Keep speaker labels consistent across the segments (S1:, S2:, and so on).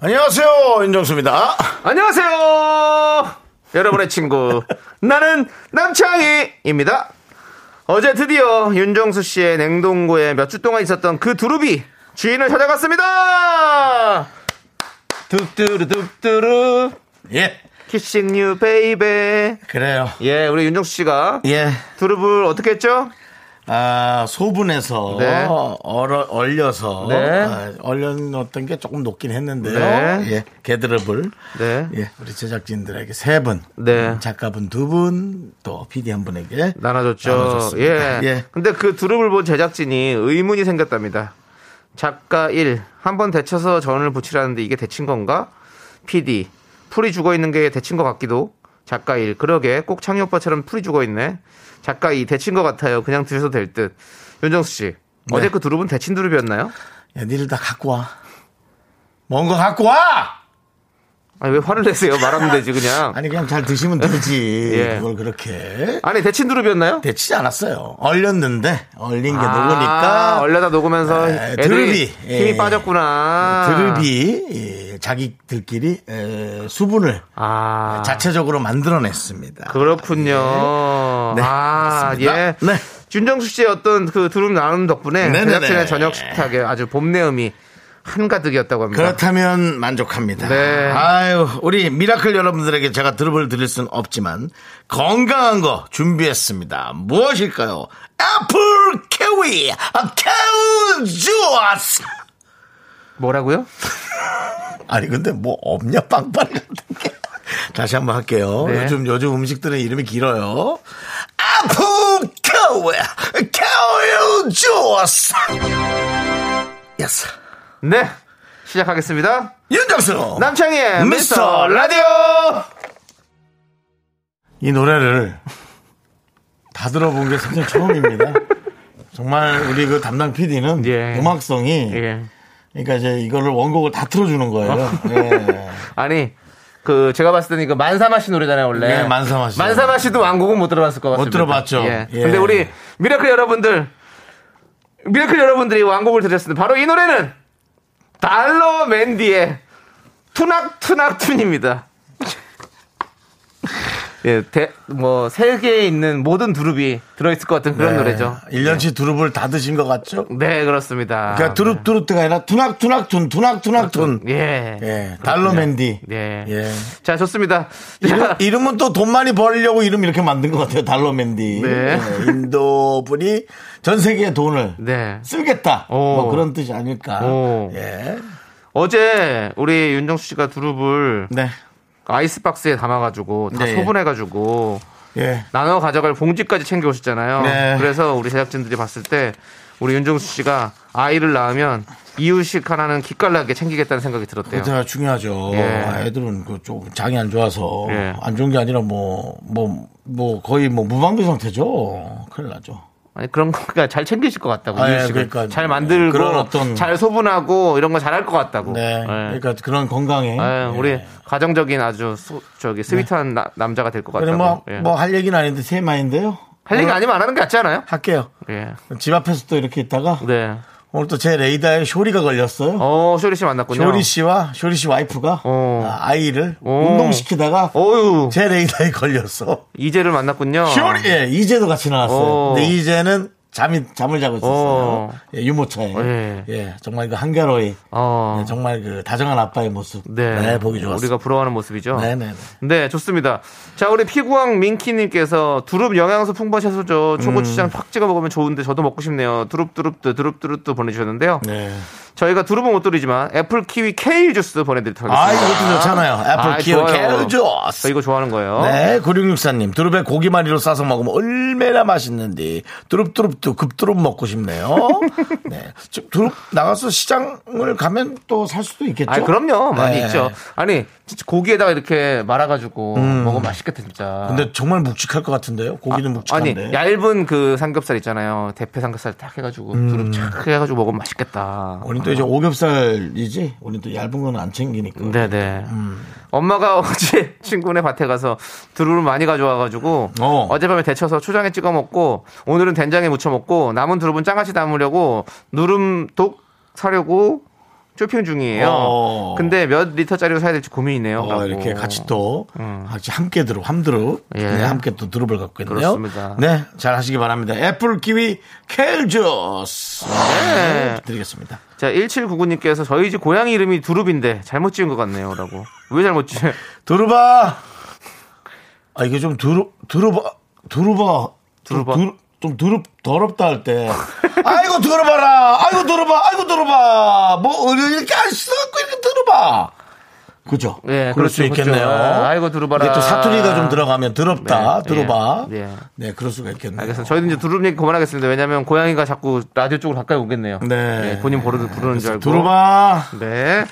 S1: 안녕하세요, 윤정수입니다.
S2: 안녕하세요. 여러분의 친구 나는 남창희입니다. 어제 드디어 윤정수 씨의 냉동고에 몇 주 동안 있었던 그 두릅이 주인을 찾아갔습니다. 뚝뚜루 뚝뚜루
S1: 예,
S2: 키싱 유 베이베.
S1: 그래요.
S2: 예, 우리 윤정수 씨가
S1: 예,
S2: 두릅을 어떻게 했죠?
S1: 아, 소분해서
S2: 네.
S1: 얼어, 얼려서
S2: 네.
S1: 아, 얼렸던 게 조금 높긴 했는데요.
S2: 네.
S1: 예, 개드럽을
S2: 네.
S1: 예, 우리 제작진들에게 세 분, 음,
S2: 네.
S1: 작가분 두 분, 또 PD 한 분에게
S2: 나눠줬죠.
S1: 나눠줬습니다.
S2: 예.
S1: 예.
S2: 근데 그 두릅을 본 제작진이 의문이 생겼답니다. 작가 1, 한 번 데쳐서 전을 붙이라는데 이게 데친 건가? PD, 풀이 죽어 있는 게 데친 것 같기도. 작가 1, 그러게 꼭 창희 오빠처럼 풀이 죽어 있네. 작가 2, 데친 것 같아요. 그냥 드셔도 될 듯. 윤정수
S1: 네.
S2: 씨, 어제 그 두릅은 데친 두릅이었나요?
S1: 야, 니들 다 갖고 와. 먼 거 갖고 와!
S2: 아니, 왜 화를 내세요? 말하면 되지, 그냥.
S1: 아니, 그냥 잘 드시면 되지.
S2: 예.
S1: 그걸 그렇게.
S2: 아니, 데친 두릅이었나요?
S1: 데치지 않았어요. 얼렸는데, 얼린 게
S2: 아,
S1: 녹으니까.
S2: 얼려다 녹으면서
S1: 네,
S2: 애들이
S1: 두릅이.
S2: 힘이
S1: 예.
S2: 빠졌구나.
S1: 드릅이 예, 자기들끼리 에, 수분을
S2: 아.
S1: 자체적으로 만들어냈습니다.
S2: 그렇군요.
S1: 네,
S2: 아,
S1: 그렇습니다.
S2: 예.
S1: 네.
S2: 윤정수 씨의 어떤 그 두름 나눔 덕분에
S1: 네네네.
S2: 제작진의 저녁 식탁에 아주 봄내음이 한가득이었다고 합니다.
S1: 그렇다면 만족합니다.
S2: 네.
S1: 아유, 우리 미라클 여러분들에게 제가 드립을 드릴 순 없지만 건강한 거 준비했습니다. 무엇일까요? 애플 키위 캐우 주스.
S2: 뭐라고요?
S1: 아니 근데 뭐 없냐 빵빠레 같은 게. 다시 한번 할게요.
S2: 네.
S1: 요즘 요즘 음식들은 이름이 길어요. 애플 키위 캐우 주스. 예스.
S2: 네. 시작하겠습니다.
S1: 윤정수
S2: 남창희의
S1: 어. 미스터
S2: 미스터
S1: 라디오 이 노래를 다 들어본 게 사실 처음입니다. 정말 우리 그 담당 PD는
S2: 예.
S1: 음악성이
S2: 예.
S1: 그러니까 이제 이거를 원곡을 다 틀어주는 거예요. 예.
S2: 아니, 그 제가 봤을 때는 그 만사마 씨 노래잖아요, 원래.
S1: 네, 만사마 씨.
S2: 만사마 씨도 왕곡은 못 들어봤을 것 같습니다.
S1: 들어봤죠.
S2: 예.
S1: 예.
S2: 근데 우리 미라클 여러분들 미라클 여러분들이 왕곡을 들으셨을 때 바로 이 노래는 달러 맨디의 투낙투낙툰입니다. 예, 대, 뭐, 세계에 있는 모든 두릅이 들어있을 것 같은 그런
S1: 네.
S2: 노래죠. 예.
S1: 1년치 두릅을 다 드신 것 같죠?
S2: 네, 그렇습니다.
S1: 그러니까 두릅 두릅가 아니라 투낙투낙툰 투낙투낙툰.
S2: 예.
S1: 예, 달러맨디.
S2: 네.
S1: 예.
S2: 자, 좋습니다.
S1: 이름,
S2: 자,
S1: 이름은 또 돈 많이 벌려고 이름 이렇게 만든 것 같아요. 달러맨디.
S2: 네.
S1: 예, 인도분이 전 세계의 돈을
S2: 네.
S1: 쓰겠다.
S2: 오.
S1: 뭐 그런 뜻이 아닐까.
S2: 오.
S1: 예.
S2: 어제 우리 윤정수 씨가 두릅을
S1: 네.
S2: 아이스박스에 담아가지고 다
S1: 네.
S2: 소분해가지고
S1: 예.
S2: 나눠 가져갈 봉지까지 챙겨오셨잖아요.
S1: 네.
S2: 그래서 우리 제작진들이 봤을 때 우리 윤정수 씨가 아이를 낳으면 이유식 하나는 기깔나게 챙기겠다는 생각이 들었대요.
S1: 그때가 중요하죠. 아,
S2: 예.
S1: 애들은 그좀 장이 안 좋아서
S2: 예.
S1: 안 좋은 게 아니라 뭐, 뭐, 뭐 거의 뭐 무방비 상태죠. 큰일 나죠.
S2: 아니 그런 거가 잘 챙기실 것 같다고
S1: 아, 예,
S2: 이유식을
S1: 그러니까
S2: 잘 만들고
S1: 그런 어떤-
S2: 잘 소분하고 이런 거 잘할 것 같다고.
S1: 네.
S2: 예.
S1: 그러니까 그런 건강에.
S2: 예, 우리
S1: 예. 네.
S2: 가정적인 아주 소- 저기 스위트한 나- 남자가 될 것
S1: 그래
S2: 같다고.
S1: 뭐,
S2: 예.
S1: 뭐 할 얘기는 아닌데 TMI인데요.
S2: 할 얘기 아니면 안 하는 게 낫지 않아요?
S1: 할게요.
S2: 예.
S1: 집 앞에서 또 이렇게 있다가
S2: 네.
S1: 오늘 또 제 레이더에 쇼리가 걸렸어요.
S2: 어, 쇼리 씨 만났군요.
S1: 쇼리 씨와 쇼리 씨 와이프가
S2: 어.
S1: 아, 아이를
S2: 어.
S1: 운동시키다가
S2: 어유
S1: 제 레이더에 걸렸어.
S2: 이재를 만났군요.
S1: 쇼리 예, 이제도 같이 나왔어요.
S2: 어.
S1: 근데 이제는 잠이 잠을 자고 있었어요.
S2: 어.
S1: 예, 유모차에.
S2: 예.
S1: 예. 정말 그 한결호의
S2: 어.
S1: 예, 정말 그 다정한 아빠의 모습.
S2: 네.
S1: 네, 보기 좋았어요.
S2: 우리가 부러워하는 모습이죠.
S1: 네, 네, 네.
S2: 네, 좋습니다. 자, 우리 피구왕 민키님께서 두릅 영양소 풍부한
S1: 음.
S2: 채소죠. 초고추장 팍 찍어 먹으면 좋은데 저도 먹고 싶네요. 두릅두릅두, 두릅두릅두 보내주셨는데요.
S1: 네.
S2: 저희가 두루봉 옷돌이지만 애플 키위 케일 주스 보내드리도록
S1: 아,
S2: 하겠습니다.
S1: 이것도 좋잖아요. 애플
S2: 아,
S1: 키워
S2: 좋아요.
S1: 캐주어
S2: 저
S1: 스
S2: 이거 좋아하는 거예요.
S1: 네, 9664님. 두릅에 고기마리로 싸서 먹으면 얼마나 맛있는데. 두릅두릅두 급두릅 먹고 싶네요. 네. 저 두릅 나가서 시장을 가면 또 살 수도 있겠죠.
S2: 아 그럼요 많이
S1: 네.
S2: 있죠. 아니 진짜 고기에다가 이렇게 말아가지고
S1: 음.
S2: 먹으면 맛있겠다 진짜.
S1: 근데 정말 묵직할 것 같은데요. 고기는
S2: 아니
S1: 묵직한데.
S2: 얇은 그 삼겹살 있잖아요. 대패 삼겹살 딱 해가지고
S1: 음.
S2: 두릅 착 해가지고 먹으면 맛있겠다.
S1: 우린 또 이제 오겹살이지. 우린 또 얇은 건 안 챙기니까.
S2: 네네.
S1: 음.
S2: 엄마가 어제 친구네 밭에 가서 두루를 많이 가져와가지고
S1: 어.
S2: 어. 젯밤에 데쳐서 초장에 찍어 먹고 오늘은 된장에 무쳐 먹고 남은 두릅은 장아찌 담으려고 누름독 사려고 쇼핑 중이에요.
S1: 어.
S2: 근데 몇 리터짜리로 사야 될지 고민이네요.
S1: 어,
S2: 라고. 음.
S1: 이렇게 같이 또 같이 함께 들어 함들어
S2: 예.
S1: 네, 함께 또 드롭을 갖고 있네요.
S2: 그렇습니다.
S1: 네, 잘 하시기 바랍니다. 애플 키위 켈저스
S2: 네.
S1: 드리겠습니다.
S2: 자 1799님께서 저희 집 고양이 이름이 두릅인데 잘못 지은 것 같네요라고. 왜 잘못 지은?
S1: 드루바 아 이게 좀 드루 드루바 드루바 좀
S2: 드루바?
S1: 드루- 좀 드럽 더럽다 할 때 아이고 들어봐라 아이고 들어봐 아이고 들어봐 뭐 이렇게 안 쓰고 이렇게 들어봐 그죠?
S2: 예,
S1: 그럴 수
S2: 그렇죠, 그렇죠.
S1: 있겠네요.
S2: 예, 아이고, 들어봐라.
S1: 이게 또 사투리가 좀 들어가면 들었다
S2: 네,
S1: 들어봐.
S2: 예, 예.
S1: 네 그럴 수가 있겠네요.
S2: 알겠습니다. 저희도 이제 두릅 얘기 그만하겠습니다. 왜냐면 고양이가 자꾸 라디오 쪽으로 가까이 오겠네요.
S1: 네.
S2: 예, 본인 부르는, 부르는 줄 알고.
S1: 들어봐.
S2: 네.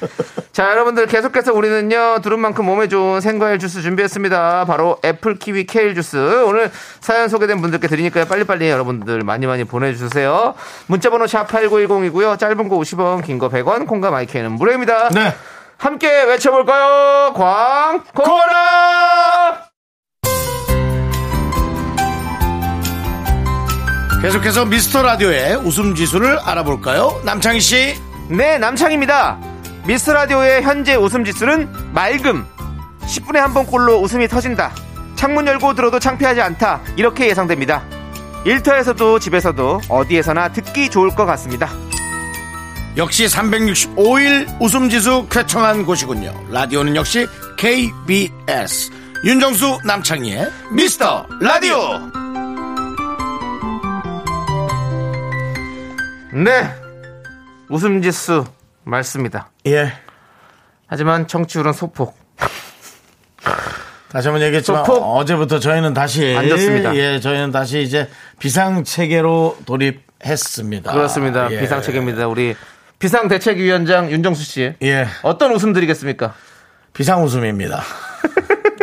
S2: 자, 여러분들 계속해서 우리는요, 두릅만큼 몸에 좋은 생과일 주스 준비했습니다. 바로 애플 키위 케일 주스. 오늘 사연 소개된 분들께 드리니까요, 빨리빨리 여러분들 많이 많이 보내주세요. 문자번호 샵8910이고요, 짧은 거 50원, 긴 거 100원, 콩과 마이크는 무료입니다.
S1: 네.
S2: 함께 외쳐볼까요? 광고라!
S1: 계속해서 미스터 라디오의 웃음 지수를 알아볼까요? 남창희 씨.
S2: 네, 남창입니다. 미스 라디오의 현재 웃음 지수는 맑음. 10분에 한 번꼴로 웃음이 터진다. 창문 열고 들어도 창피하지 않다. 이렇게 예상됩니다. 일터에서도 집에서도 어디에서나 듣기 좋을 것 같습니다.
S1: 역시 365일 웃음지수 쾌청한 곳이군요. 라디오는 역시 KBS. 윤정수 남창희의 미스터 라디오.
S2: 네. 웃음 지수 맑습니다.
S1: 예.
S2: 하지만 청취율은 소폭.
S1: 다시 한번 얘기했지만
S2: 소폭.
S1: 어제부터 저희는 다시
S2: 안 좋습니다.
S1: 예, 저희는 다시 이제 비상 체계로 돌입했습니다.
S2: 그렇습니다.
S1: 예.
S2: 비상책입니다. 우리 비상대책위원장 윤정수 씨.
S1: 예.
S2: 어떤 웃음 드리겠습니까?
S1: 비상 웃음입니다.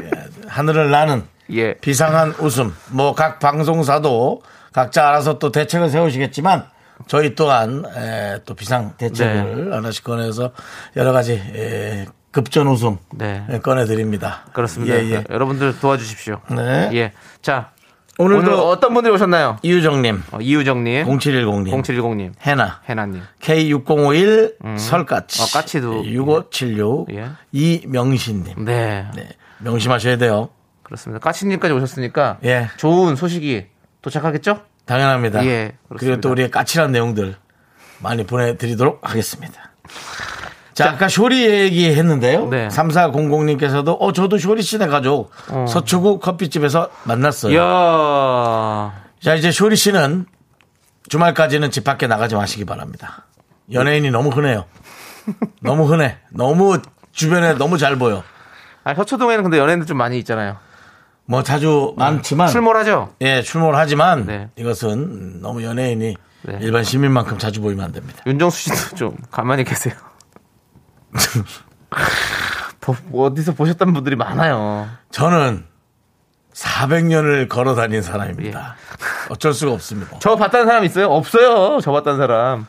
S1: 예, 하늘을 나는
S2: 예.
S1: 비상한 웃음. 뭐 각 방송사도 각자 알아서 또 대책을 세우시겠지만 저희 또한 에, 또 비상 대책을
S2: 네.
S1: 하나씩 꺼내서 여러 가지 에, 급전 웃음
S2: 네.
S1: 예, 꺼내드립니다.
S2: 그렇습니다.
S1: 예, 예.
S2: 여러분들 도와주십시오.
S1: 네.
S2: 예. 자.
S1: 오늘도-
S2: 오늘도 어떤 분들이 오셨나요?
S1: 이유정님,
S2: 어, 이유정님,
S1: 0710님,
S2: 0710님,
S1: 해나,
S2: 해나님.
S1: K6051 설까치,
S2: 어, 까치도.
S1: 6576
S2: 예.
S1: 이명신님.
S2: 네.
S1: 네, 명심하셔야 돼요.
S2: 그렇습니다. 까치님까지 오셨으니까.
S1: 예.
S2: 좋은 소식이 도착하겠죠?
S1: 당연합니다.
S2: 예, 그렇습니다.
S1: 그리고 또 우리의 까칠한 내용들 많이 보내드리도록 하겠습니다. 자, 아까 쇼리 얘기했는데요.
S2: 네.
S1: 3400님께서도 어, 저도 쇼리 씨네 가족
S2: 어.
S1: 서초구 커피집에서
S2: 예.
S1: 만났어요.
S2: 이야.
S1: 자, 이제 쇼리 씨는 주말까지는 집 밖에 나가지 마시기 바랍니다. 연예인이 너무 흔해요. 너무 흔해. 너무 주변에 너무 잘 보여.
S2: 아, 서초동에는 근데 연예인들 좀 많이 있잖아요.
S1: 뭐 자주 많지만
S2: 출몰하죠?
S1: 예, 출몰 하지만
S2: 네.
S1: 이것은 너무 연예인이
S2: 네.
S1: 일반 시민만큼 자주 보이면 안 됩니다.
S2: 윤정수 씨도 좀 가만히 계세요. 보- 어디서 보셨던 분들이 많아요.
S1: 저는 400년을 걸어 다닌 사람입니다. 어쩔 수가 없습니다.
S2: 저 봤다는 사람 있어요? 없어요. 저 봤다는 사람.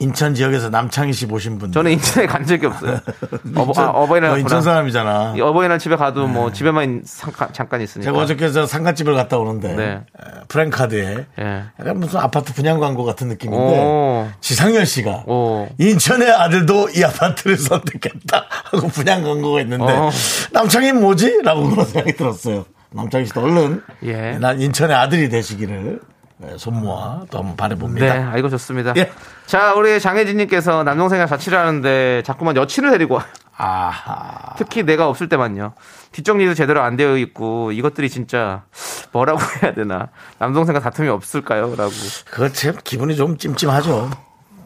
S1: 인천 지역에서 남창희 씨 보신 분.
S2: 저는 인천에 간 적이 없어요. 어버, 아, 어버이날
S1: 너 인천
S2: 갔구나.
S1: 사람이잖아.
S2: 이 어버이날 집에 가도 뭐 집에만 있- 잠깐, 잠깐 있으니까.
S1: 제가 어저께 저 상가집을 갔다 오는데
S2: 네.
S1: 에, 프랭카드에
S2: 예.
S1: 약간 무슨 아파트 분양 광고 같은 느낌인데
S2: 오.
S1: 지상열 씨가
S2: 오.
S1: 인천의 아들도 이 아파트를 선택했다 하고 분양 광고가 있는데
S2: 어.
S1: 남창희 뭐지? 라고 그런 생각이 들었어요. 남창희 씨도 얼른
S2: 예.
S1: 난 인천의 아들이 되시기를 에, 손모아 또 한번 바라봅니다.
S2: 네, 아, 이거 좋습니다.
S1: 예.
S2: 자, 우리 장혜진님께서 남동생이랑 자취를 하는데 자꾸만 여친을 데리고 와요.
S1: 아하.
S2: 특히 내가 없을 때만요. 뒷정리도 제대로 안 되어 있고 이것들이 진짜 뭐라고 해야 되나. 남동생과 다툼이 없을까요? 라고.
S1: 그거 참 기분이 좀 찜찜하죠.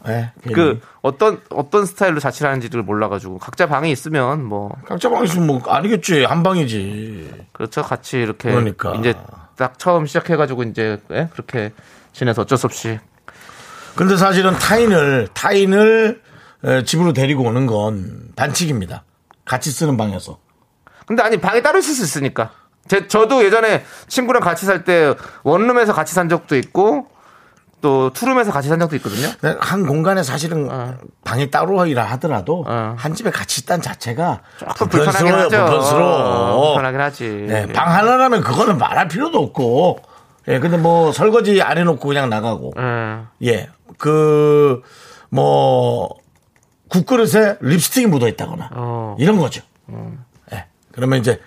S1: 예, 괜히.
S2: 그 어떤 어떤 스타일로 자취를 하는지를 몰라가지고 각자 방에 있으면 뭐
S1: 각자 방이 있으면 뭐 아니겠지 한 방이지.
S2: 그렇죠 같이 이렇게
S1: 그러니까.
S2: 이제 딱 처음 시작해가지고 이제 예? 그렇게 지내서 어쩔 수 없이
S1: 근데 사실은 타인을 타인을 에, 집으로 데리고 오는 건 반칙입니다. 같이 쓰는 방에서.
S2: 근데 아니 방이 따로 있을 수 있으니까. 제 저도 예전에 친구랑 같이 살 때 원룸에서 같이 산 적도 있고 또 투룸에서 같이 산 적도 있거든요.
S1: 네, 한 공간에 사실은 방이 따로이라 하더라도
S2: 어.
S1: 한 집에 같이 있다는 자체가
S2: 조금 불편하긴
S1: 불편스러워요.
S2: 하죠. 어,
S1: 불편스러워.
S2: 불편하긴 하지.
S1: 네, 방 하나라면 그거는 말할 필요도 없고. 예, 근데 뭐 설거지 안 해놓고 그냥 나가고.
S2: 음.
S1: 예, 그, 뭐, 국그릇에 립스틱이 묻어 있다거나
S2: 어. 음.
S1: 이런 거죠. 예, 그러면 이제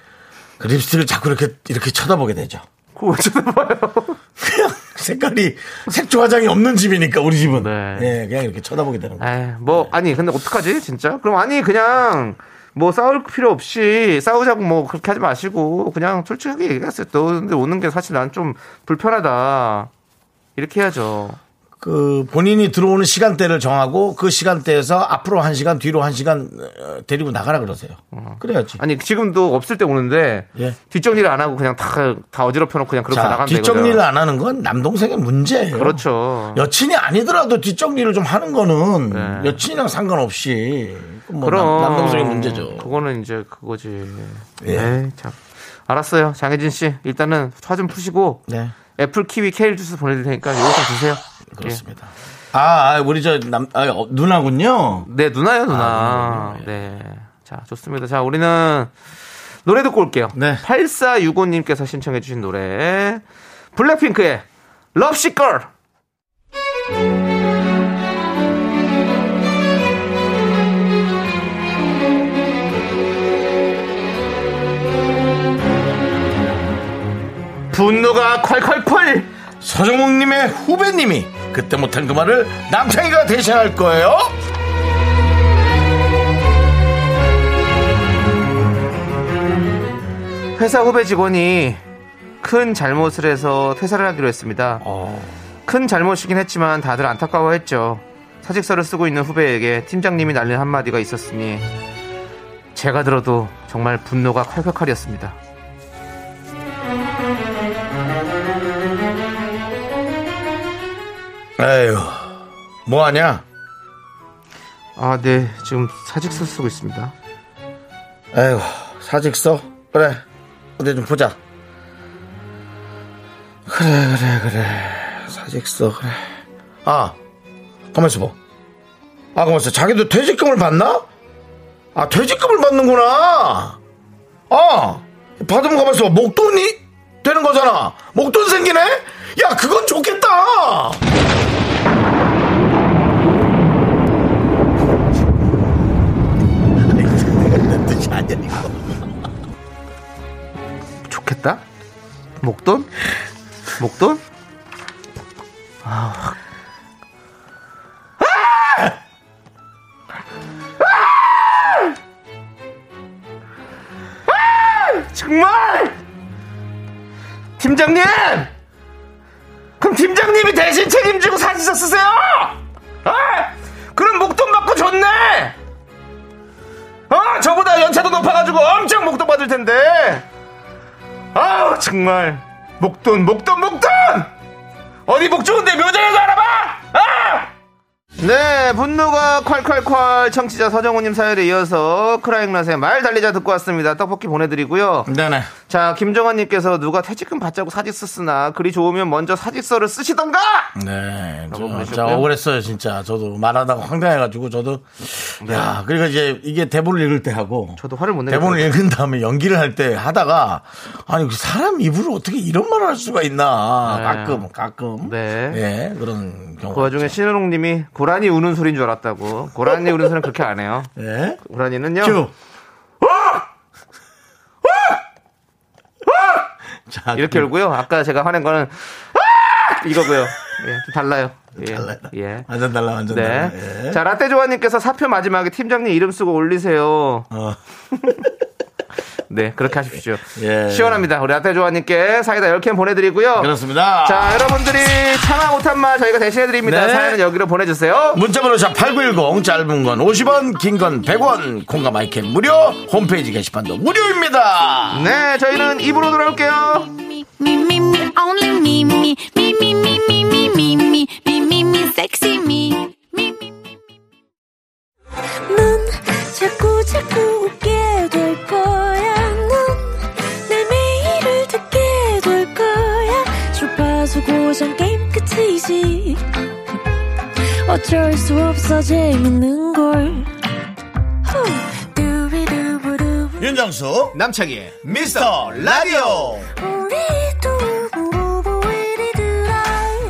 S1: 그 립스틱을 자꾸 이렇게, 이렇게 쳐다보게 되죠.
S2: 그거 왜 쳐다봐요?
S1: 그냥 색깔이 색조 화장이 없는 집이니까 우리 집은
S2: 네.
S1: 예, 그냥 이렇게 쳐다보게 되는 거예요.
S2: 에이, 뭐 아니 근데 어떡하지 진짜? 그럼 아니 그냥 뭐 싸울 필요 없이 싸우자고 뭐 그렇게 하지 마시고 그냥 솔직하게 얘기했어요. 너 근데 오는 게 사실 난 좀 불편하다. 이렇게 해야죠.
S1: 그 본인이 들어오는 시간대를 정하고 그 시간대에서 앞으로 한 시간 뒤로 한 시간 어, 데리고 나가라 그러세요. 그래야지.
S2: 음. 아니 지금도 없을 때 오는데
S1: 예.
S2: 뒷정리를 안 하고 그냥 다 다 어지럽혀 놓고 그냥 그렇게
S1: 자,
S2: 나가면
S1: 뒷정리를
S2: 되거든.
S1: 안 하는 건 남동생의 문제예요.
S2: 그렇죠.
S1: 여친이 아니더라도 뒷정리를 좀 하는 거는 여친이랑 상관없이 그건 뭐
S2: 그럼
S1: 남, 동생의 문제죠.
S2: 그거는 이제 그거지.
S1: 예.
S2: 에이, 참. 알았어요. 장혜진 씨. 일단은 화 좀 푸시고
S1: 네.
S2: 애플 키위 케일 주스 보내 드릴 테니까 요거 좀 드세요. 예.
S1: 그렇습니다. 아, 아, 우리 저 남, 아, 어, 누나군요.
S2: 예. 네, 누나요, 누나. 네. 자, 좋습니다. 자, 우리는 노래 듣고 올게요.
S1: 네.
S2: 8465님께서 신청해 주신 노래. 블랙핑크의 럽시걸. 분노가 콸콸콸!
S1: 서정욱님의 후배님이 그때 못한 그 말을 남창이가 대신할 거예요.
S2: 회사 후배 직원이 큰 잘못을 해서 퇴사를 하기로 했습니다. 큰 잘못이긴 했지만 다들 안타까워했죠. 사직서를 쓰고 있는 후배에게 팀장님이 날린 한마디가 있었으니 제가 들어도 정말 분노가 칼칼칼이었습니다.
S1: 에휴, 뭐하냐?
S2: 아, 네. 지금 사직서 쓰고 있습니다.
S1: 에휴, 사직서? 그래, 어디 좀 보자. 그래, 그래, 그래. 사직서, 그래. 아, 가만있어 봐. 아, 가만있어. 자기도 퇴직금을 받나? 아, 퇴직금을 받는구나. 아, 받으면 가만있어 봐. 목돈이 되는 거잖아. 목돈 생기네? 야, 그건 좋겠다!
S2: 좋겠다? 목돈? 목돈? 아, 확. 아! 아! 아! 정말! 팀장님! 그럼 팀장님이 대신 책임지고 사진서 쓰세요! 아! 그럼 목돈 받고 좋네! 아, 저보다 연차도 높아가지고 엄청 목돈 받을 텐데! 아우 정말 목돈 목돈 목돈 어디 목 좋은데 묘장에서 알아봐 아! 네 분노가 콸콸콸 청취자 서정우님 사연에 이어서 크라잉낫의 말 달리자 듣고 왔습니다 떡볶이 보내드리고요
S1: 네네.
S2: 자 김정환님께서 누가 퇴직금 받자고 사직서 쓰나 그리 좋으면 먼저 사직서를 쓰시던가
S1: 네, 저,
S2: 보내셨고요.
S1: 진짜 억울했어요, 진짜. 저도 말하다가 황당해가지고 저도 야, 그러니까 이제 이게 대본을 읽을 때 하고
S2: 저도 화를 못 내겠어요.
S1: 대본을 읽은 다음에 연기를 할 때 하다가 아니 그 사람 입으로 어떻게 이런 말을 할 수가 있나
S2: 네.
S1: 가끔 가끔
S2: 네.
S1: 예, 그런 경우.
S2: 그 와중에 신은홍님이 고라니 우는 소리인 줄 알았다고 고라니 우는 소리는 그렇게 안 해요
S1: 예. 어!
S2: 고라니는요
S1: 큐. 어! 자,
S2: 이렇게
S1: 그럼
S2: 울고요. 아까 제가 화낸 거는 아! 이거고요. 예, 좀 달라요. 예.
S1: 달라요.
S2: 예.
S1: 완전 달라, 완전
S2: 네.
S1: 달라. 예.
S2: 자, 라떼 조아님께서 사표 마지막에 팀장님 이름 쓰고 올리세요.
S1: 어.
S2: 네, 그렇게 하십시오.
S1: 예.
S2: 시원합니다. 우리 아태조아님께 사이다 10캔 보내드리고요.
S1: 그렇습니다.
S2: 자, 여러분들이 참아 못한 말 저희가 대신해드립니다.
S1: 네.
S2: 사연은 여기로 보내주세요.
S1: 문자번호 샵8910 짧은 건 50원 긴 건 100원 콩과 마이크 무료 홈페이지 게시판도 무료입니다
S2: 네, 저희는 입으로 돌아올게요.
S3: me, me, me, me, only me, me, me, me, me, me, me, me, me, me, me, me, sexy me. me, me, me, me. 넌 자꾸 자꾸 웃게 될 거야. 넌내 매일을 듣게 될 거야. 주파수 고정 게임 끝이지. 어쩔 수 없어 재밌는 걸. 후. 두비두부두.
S1: 윤정수 남창희의 미스터 라디오
S3: 우리 두부부부 우리들아.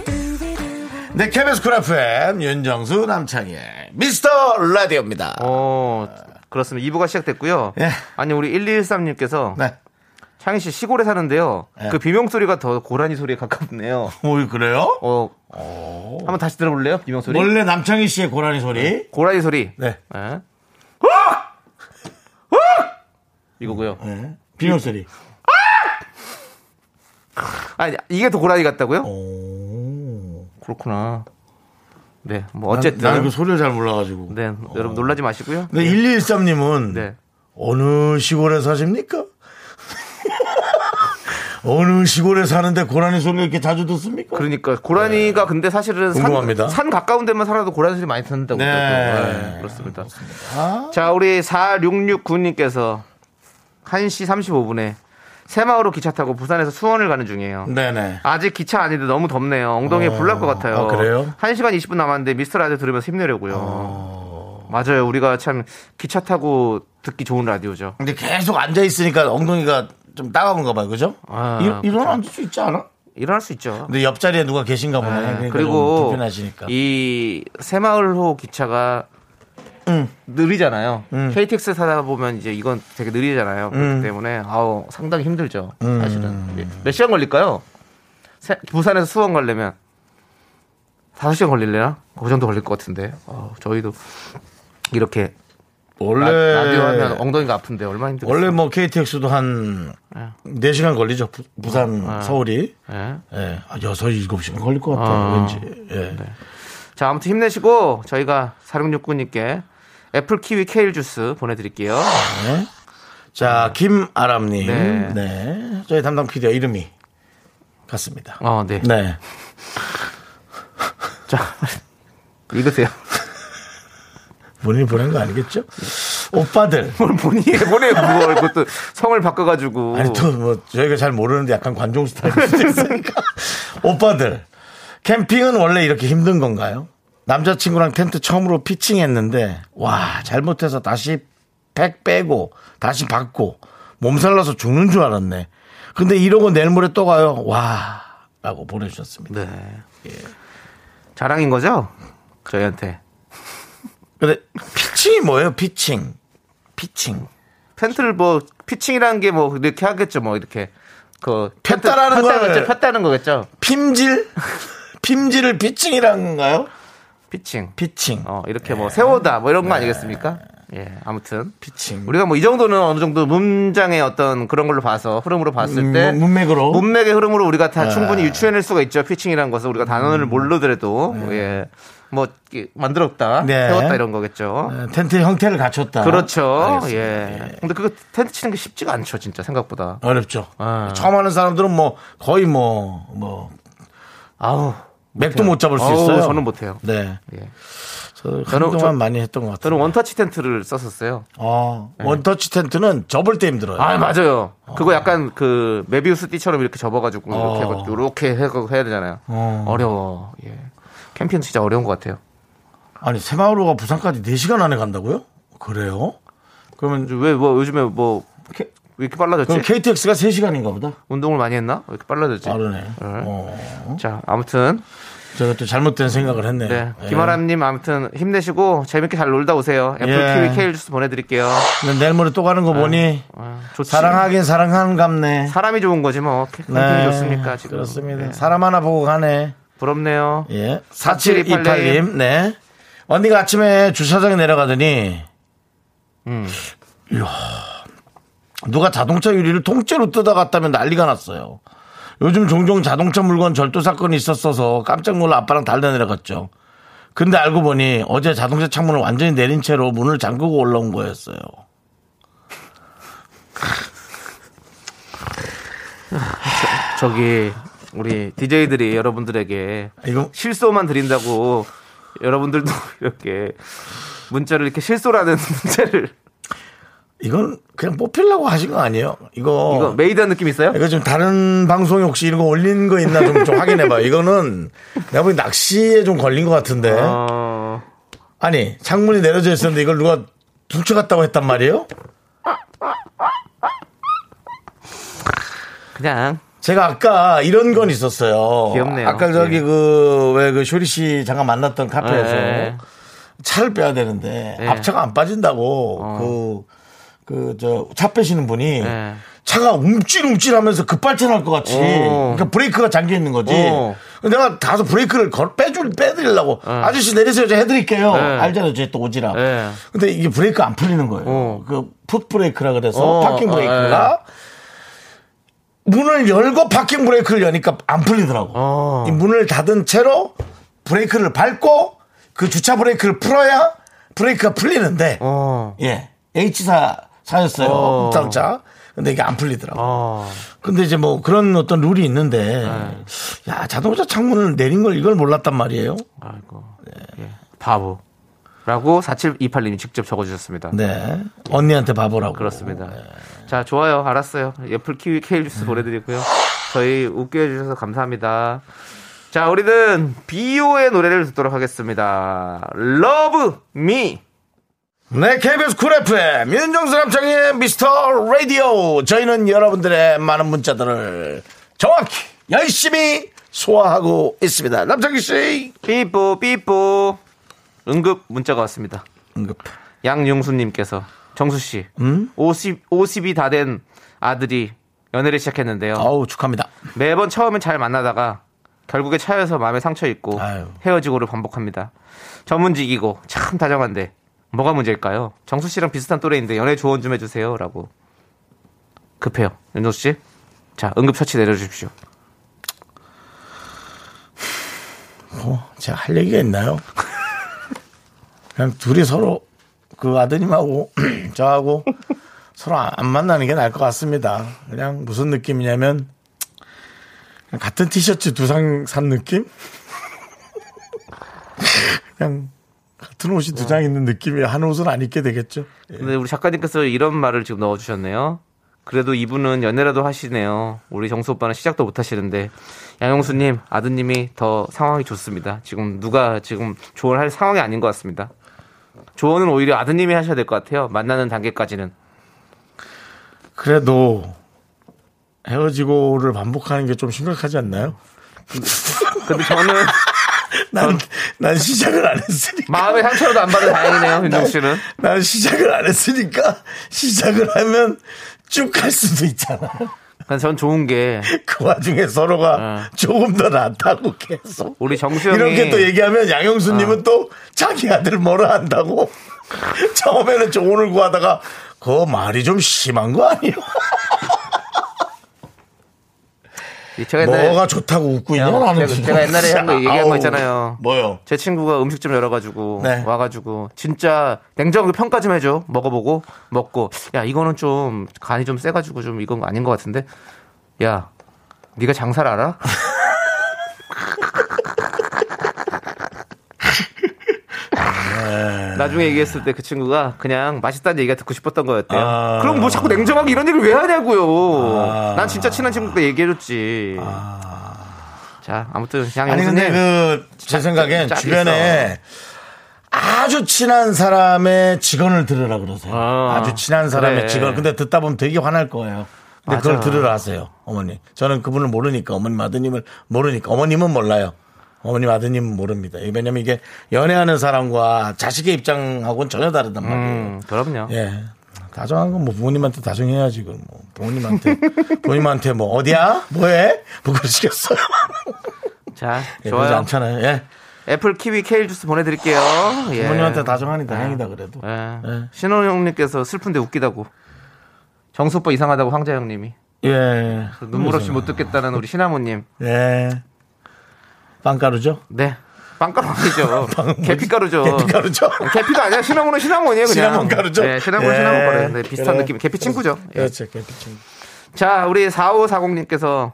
S3: 두비두부.
S1: 네 KBS 쿨 FM 윤정수 남창희의 미스터 라디오입니다
S2: 어, 그렇습니다. 2부가 시작됐고요.
S1: 예.
S2: 아니, 우리 1213님께서
S1: 네.
S2: 창희 씨 시골에 사는데요.
S1: 예.
S2: 그 비명소리가 더 고라니 소리에 가깝네요.
S1: 오 그래요?
S2: 어, 한번 다시 들어볼래요? 비명소리?
S1: 원래 남창희 씨의 고라니 소리
S2: 고라니 소리.
S1: 네
S2: 예. 이거고요.
S1: 예. 비명 소리
S2: 아니, 이게 더 고라니 같다고요? 그렇구나. 네, 뭐, 어쨌든.
S1: 나는 그 소리를 잘 몰라가지고
S2: 네, 여러분 놀라지 마시고요.
S1: 근데 1213님은
S2: 네.
S1: 어느 시골에 사십니까? 어느 시골에 사는데 고라니 소리 이렇게 자주 듣습니까?
S2: 그러니까 고라니가 근데 사실은
S1: 궁금합니다.
S2: 산, 산 가까운 데만 살아도 고라니 소리 많이 듣는다고
S1: 네.
S2: 그러더라고요. 네, 그렇습니다. 자, 우리 4669님께서 1시 35분에 새마을호 기차 타고 부산에서 수원을 가는 중이에요.
S1: 네네.
S2: 아직 기차 아닌데 너무 덥네요. 엉덩이에
S1: 어.
S2: 불 날 것 같아요.
S1: 아, 그래요?
S2: 1시간 20분 남았는데 미스터 라디오 들으면서 힘내려고요.
S1: 어.
S2: 맞아요. 우리가 참 기차 타고 듣기 좋은 라디오죠.
S1: 근데 계속 앉아 있으니까 엉덩이가 좀 따가운가 봐요, 그죠?
S2: 아,
S1: 일, 어나 앉을 수 있지 않아?
S2: 일어날 수 있죠.
S1: 근데 옆자리에 누가 계신가 보네.
S2: 네,
S1: 그러니까 좀
S2: 그리고
S1: 불편하시니까.
S2: 이 새마을호 기차가
S1: 음.
S2: 느리잖아요. KTX 타다 보면 이제 이건 되게 느리잖아요.
S1: 음.
S2: 그렇기 때문에 아우 상당히 힘들죠. 사실은 예. 몇 시간 걸릴까요? 세- 부산에서 수원 가려면 5시간 걸릴래나? 그 정도 걸릴 것 같은데. 어, 저희도 이렇게 라,
S1: 원래
S2: 디오 하면 엉덩이가 아픈데 얼마나 힘들겠어요.
S1: 원래 뭐 KTX도 한
S2: 예. 어,
S1: 네시간 걸리죠. 부, 산 서울이.
S2: 예.
S1: 예. 한 여섯 일곱 시간 걸릴 것 같아요.
S2: 아.
S1: 왠지. 예.
S2: 자, 아무튼 힘내시고 저희가 4669님께 애플 키위 케일 주스 보내드릴게요.
S1: 네. 자, 김아람님. 네.
S2: 네.
S1: 저희 담당 PD와 이름이 같습니다.
S2: 어, 네.
S1: 네.
S2: 자, 읽으세요.
S1: 본인이 보낸 거 아니겠죠? 오빠들.
S2: 뭘 본인이 보내 그걸 그것도 성을 바꿔가지고.
S1: 아니, 또 뭐, 저희가 잘 모르는데 약간 관종 스타일일 수도 있으니까. 오빠들. 캠핑은 원래 이렇게 힘든 건가요? 남자친구랑 텐트 처음으로 피칭했는데, 와, 잘못해서 다시 팩 빼고, 다시 받고, 몸살나서 죽는 줄 알았네. 근데 이러고 내일 모레 또 가요. 와, 라고 보내주셨습니다.
S2: 네. 자랑인 거죠? 저희한테
S1: 근데 피칭이 뭐예요? 피칭. 피칭.
S2: 텐트를 뭐 피칭이라는 게 뭐 이렇게 하겠죠, 뭐 이렇게 그 텐트
S1: 폈다라는 걸-
S2: 폈다겠죠, 폈다는 거겠죠.
S1: 핌질? 핌질을 피칭이라는 건가요?
S2: 피칭.
S1: 피칭.
S2: 어 이렇게 뭐 세워다 뭐 이런 거 아니겠습니까? 예, 아무튼
S1: 피칭.
S2: 우리가 뭐 이 정도는 어느 정도 문장의 어떤 그런 걸로 봐서 흐름으로 봤을
S1: 음,
S2: 때
S1: 문- 문맥으로? 네.
S2: 문맥의 흐름으로 우리가 다 충분히 유추해낼 수가 있죠 피칭이라는 것은 우리가
S1: 음.
S2: 단어를 모르더라도 예뭐 이렇게 만들었다
S1: 네.
S2: 세웠다 이런 거겠죠
S1: 어, 텐트의 형태를 갖췄다.
S2: 그렇죠
S1: 알겠습니다.
S2: 예. 근데 그거 텐트 치는 게 쉽지가 않죠 진짜 생각보다
S1: 어렵죠.
S2: 아.
S1: 처음 하는 사람들은 뭐 거의 뭐, 뭐,
S2: 아우
S1: 맥도 못 잡을 수
S2: 어우,
S1: 있어요.
S2: 저는 못해요
S1: 네.
S2: 예.
S1: 저
S2: 저는-
S1: 한동안
S2: 저-
S1: 많이 했던 것 같아요.
S2: 저는 원터치 텐트를 썼었어요
S1: 어, 원터치 텐트는 접을 때 힘들어요.
S2: 아 맞아요 그거 약간 그 메비우스 띠처럼 이렇게 접어가지고 이렇게
S1: 어.
S2: 해가지고 이렇게 해가- 해야 되잖아요
S1: 어.
S2: 어려워 예 캠핑 진짜 어려운 것 같아요
S1: 아니, 새마을호가 부산까지 4시간 안에 간다고요? 그래요? 그러면
S2: 왜 뭐 요즘에 뭐 왜
S1: K-
S2: 이렇게 빨라졌지?
S1: 그럼 아, KTX가 3시간인가 보다.
S2: 운동을 많이 했나? 왜 이렇게 빨라졌지?
S1: 빠르네.
S2: 예.
S1: 어.
S2: 자 아무튼
S1: 제가 또 잘못된 생각을 했네요.
S2: 네
S1: 예.
S2: 김아람님 아무튼 힘내시고 재밌게 잘 놀다 오세요. 애플
S1: 예.
S2: 키위 케일 주스 보내드릴게요.
S1: 근데 내일 모레 또 가는 거 보니
S2: 아, 좋지.
S1: 사랑하긴 사랑하는 갑네.
S2: 사람이 좋은 거지 뭐 캠핑이
S1: 네.
S2: 좋습니까 지금?
S1: 그렇습니다.
S2: 네.
S1: 사람 하나 보고 가네.
S2: 부럽네요.
S1: 예.
S2: 4728
S1: 4728님. 네. 언니가 아침에 주차장에 내려가더니 누가 자동차 유리를 통째로 뜯어갔다면 난리가 났어요. 요즘 종종 자동차 물건 절도 사건이 있었어서 깜짝 놀라 아빠랑 달려내려갔죠. 근데 알고 보니 어제 자동차 창문을 완전히 내린 채로 문을 잠그고 올라온 거였어요.
S2: 저기 우리 DJ들이 여러분들에게
S1: 이거
S2: 실소만 드린다고 여러분들도 이렇게 문자를 이렇게 실소라는 문자를
S1: 이건 그냥 뽑히려고 하신 거 아니에요? 이거
S2: 이거 메이드한 느낌 있어요?
S1: 아, 이거 좀 다른 방송에 혹시 이런 거 올린 거 있나 좀, 좀 확인해봐요. 이거는 내가 보기 낚시에 좀 걸린 것 같은데.
S2: 어,
S1: 아니, 창문이 내려져 있었는데 이걸 누가 훔쳐갔다고 했단 말이에요?
S2: 그냥
S1: 제가 아까 이런 건 있었어요.
S2: 귀엽네요.
S1: 아까 저기
S2: 예.
S1: 그, 왜 그 쇼리 씨 잠깐 만났던 카페에서
S2: 예.
S1: 차를 빼야 되는데
S2: 예.
S1: 앞차가 안 빠진다고
S2: 어.
S1: 그, 그, 저, 차 빼시는 분이
S2: 예.
S1: 차가 움찔움찔 하면서 급발진할 것 같이
S2: 오.
S1: 그러니까 브레이크가 잠겨 있는 거지.
S2: 오.
S1: 내가 가서 브레이크를 걸, 빼줄, 빼드리려고
S2: 어.
S1: 아저씨 내리세요. 제가 해드릴게요.
S2: 네.
S1: 알잖아요. 저또 오지랖.
S2: 예.
S1: 근데 이게 브레이크 안 풀리는 거예요.
S2: 오.
S1: 그 풋브레이크라 그래서
S2: 어, 예.
S1: 파킹 브레이크가 문을 열고 파킹 브레이크를 여니까 안 풀리더라고.
S2: 어.
S1: 이 문을 닫은 채로 브레이크를 밟고 그 주차 브레이크를 풀어야 브레이크가 풀리는데
S2: 어,
S1: 예 H사 사였어요
S2: 어.
S1: 자동차. 근데 이게 안 풀리더라고.
S2: 어,
S1: 근데 이제 뭐 그런 어떤 룰이 있는데
S2: 네.
S1: 야 자동차 창문을 내린 걸 이걸 몰랐단 말이에요.
S2: 아이고, 예. 바보. 라고 4728님이 직접 적어주셨습니다.
S1: 네 언니한테 바보라고.
S2: 그렇습니다. 자, 좋아요. 알았어요. 애플 키위 케일 주스 보내드리고요. 저희 웃게 해주셔서 감사합니다. 자, 우리는 비오의 노래를 듣도록 하겠습니다. 러브 미.
S1: 네, KBS 쿨 FM, 윤정수 남창의 미스터 라디오. 저희는 여러분들의 많은 문자들을 정확히, 열심히 소화하고 있습니다. 남창희 씨.
S2: 삐뽀, 삐뽀. 응급 문자가 왔습니다.
S1: 응급.
S2: 양용수님께서 정수씨. 음? 50, 50이 다 된 아들이 연애를 시작했는데요.
S1: 아우, 축하합니다.
S2: 매번 처음엔 잘 만나다가 결국에 차여서 마음에 상처 입고
S1: 아유.
S2: 헤어지고를 반복합니다. 전문직이고 참 다정한데 뭐가 문제일까요? 정수 씨랑 비슷한 또래인데 연애 조언 좀 해주세요라고 급해요 윤정수 씨. 자 응급 처치 내려주십시오.
S1: 어, 제가 할 얘기가 있나요? 그냥 둘이 서로, 그 아드님하고, 저하고, 서로 안- 안 만나는 게 나을 것 같습니다. 그냥 무슨 느낌이냐면, 그냥 같은 티셔츠 두 장 산 느낌? 그냥 같은 옷이 두 장 있는 느낌이 한 옷은 안 입게 되겠죠. 예.
S2: 근데 우리 작가님께서 이런 말을 지금 넣어주셨네요. 그래도 이분은 연애라도 하시네요. 우리 정수 오빠는 시작도 못 하시는데 양영수님 아드님이 더 상황이 좋습니다. 지금 누가 지금 조언할 상황이 아닌 것 같습니다. 조언은 오히려 아드님이 하셔야 될 것 같아요. 만나는 단계까지는
S1: 그래도 헤어지고를 반복하는 게 좀 심각하지 않나요?
S2: 근데 저는
S1: 난, 난 시작을 안 했으니까.
S2: 마음의 상처라도 안 받아 다행이네요. 윤정 씨는
S1: 난 시작을 안 했으니까 시작을 하면 쭉 갈 수도 있잖아.
S2: 근데 전 좋은 게
S1: 그 와중에 서로가 조금 더 낫다고 계속.
S2: 어. 우리 정수 형이 어.
S1: 이렇게 또 얘기하면 양영수님은 또 자기 아들 뭐라 한다고 처음에는 조언을 구하다가 그 말이 좀 심한 거 아니에요?
S2: 제가 옛날에
S1: 뭐가 좋다고 웃고 있냐?
S2: 야,
S1: 나는
S2: 제가-
S1: 지금.
S2: 제가 옛날에 한거 얘기한 거
S1: 아우,
S2: 있잖아요.
S1: 뭐요?
S2: 제 친구가 음식점 열어가지고
S1: 네.
S2: 와가지고 진짜 냉장고 그 평가 좀 해줘 먹어보고 먹고 야 이거는 좀 간이 좀 세가지고 좀 이건 아닌 것 같은데 야 네가 장사를 알아?
S1: 네.
S2: 나중에 얘기했을 때 그 친구가 그냥 맛있다는 얘기가 듣고 싶었던 거였대요.
S1: 아.
S2: 그럼 뭐 자꾸 냉정하게 이런 얘기를 왜 하냐고요.
S1: 아.
S2: 난 진짜 친한 친구한테 얘기해줬지. 자 아무튼
S1: 아니 근데
S2: 양영수님
S1: 그 제 생각엔
S2: 짝이
S1: 주변에 아주 친한 사람의 직원을 들으라 그러세요.
S2: 아,
S1: 아, 주 친한 사람의
S2: 그래.
S1: 직원. 근데 듣다 보면 되게 화날 거예요. 근데 그걸
S2: 맞아.
S1: 들으라 하세요, 어머니. 저는 그분을 모르니까 어머님 아드님을 모르니까 어머님은 몰라요. 어머님 아드님은 모릅니다. 왜냐면 이게 연애하는 사람과 자식의 입장하고는 전혀 다르단 말이에요.
S2: 음, 그럼요.
S1: 예. 다정한 건 뭐 부모님한테 다정해야지 그럼 뭐 부모님한테 부모님한테 뭐 어디야 뭐해 뭐 그러시겠어요.
S2: 자,
S1: 예, 그러지
S2: 좋아요.
S1: 않잖아요. 예.
S2: 애플 키위 케일 주스 보내드릴게요. 예.
S1: 부모님한테 다정하니 다행이다 그래도.
S2: 예.
S1: 예.
S2: 신원영님께서 슬픈데 웃기다고. 정수 오빠 이상하다고 황자 형님이 그
S1: 예.
S2: 눈물 없이 못 듣겠다는 우리 신하모님.
S1: 예. 빵가루죠?
S2: 네. 빵가루 아니죠. 계피가루죠.
S1: 계피가루죠?
S2: 계피도 아니야. 시나몬은 시나몬이에요, 그냥.
S1: 시나몬 가루죠?
S2: 네, 시나몬
S1: 예.
S2: 시나몬 가루. 네, 비슷한
S1: 그래.
S2: 느낌. 계피 친구죠. 예.
S1: 그렇죠, 계피 친구.
S2: 자, 우리 4540님께서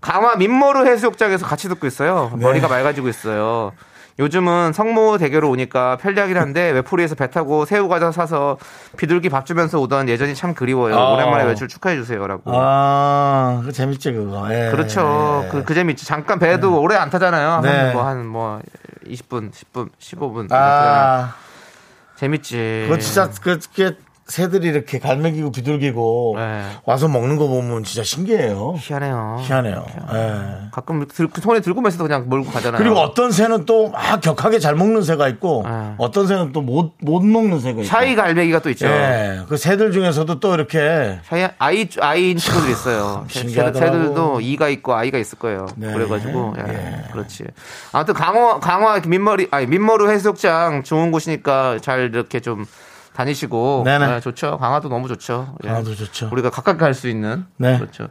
S2: 강화 민머루 해수욕장에서 같이 듣고 있어요.
S1: 네.
S2: 머리가 맑아지고 있어요. 요즘은 성모 대교로 오니까 편리하긴 한데 외풀이에서 배 타고 새우 과자 사서 비둘기 밥 주면서 오던 예전이 참 그리워요.
S1: 아.
S2: 오랜만에 외출 축하해 주세요라고.
S1: 아, 그 재밌지, 그거. 예.
S2: 그렇죠.
S1: 예.
S2: 그, 그 재미 있죠. 잠깐 배도 오래 안 타잖아요.
S1: 네.
S2: 한 뭐 한 뭐 20분, 10분, 15분.
S1: 아,
S2: 재밌지.
S1: 그거 진짜, 그, 게 새들이 이렇게 갈매기고 비둘기고
S2: 네.
S1: 와서 먹는 거 보면 진짜 신기해요.
S2: 희한해요.
S1: 희한해요. 예.
S2: 가끔 들, 그 손에 들고만 있어도 그냥 몰고 가잖아요.
S1: 그리고 어떤 새는 또 막 격하게 잘 먹는 새가 있고
S2: 네.
S1: 어떤 새는 또 못 못 먹는 새가 있고.
S2: 샤이 갈매기가 또 있죠. 네.
S1: 예. 그 새들 중에서도 또 이렇게
S2: 샤이 아이 아이인 친구들 있어요.
S1: 신기하더라고.
S2: 새들도 이가 있고 아이가 있을 거예요.
S1: 네.
S2: 그래가지고 예, 그렇지. 아무튼 강화 강화 민머리 아니 민머루 해수욕장 좋은 곳이니까 잘 이렇게 좀 다니시고
S1: 네네.
S2: 예, 좋죠. 강화도 너무 좋죠. 예.
S1: 강화도 좋죠.
S2: 우리가 가깝게 갈 수 있는
S1: 네.
S2: 그렇죠.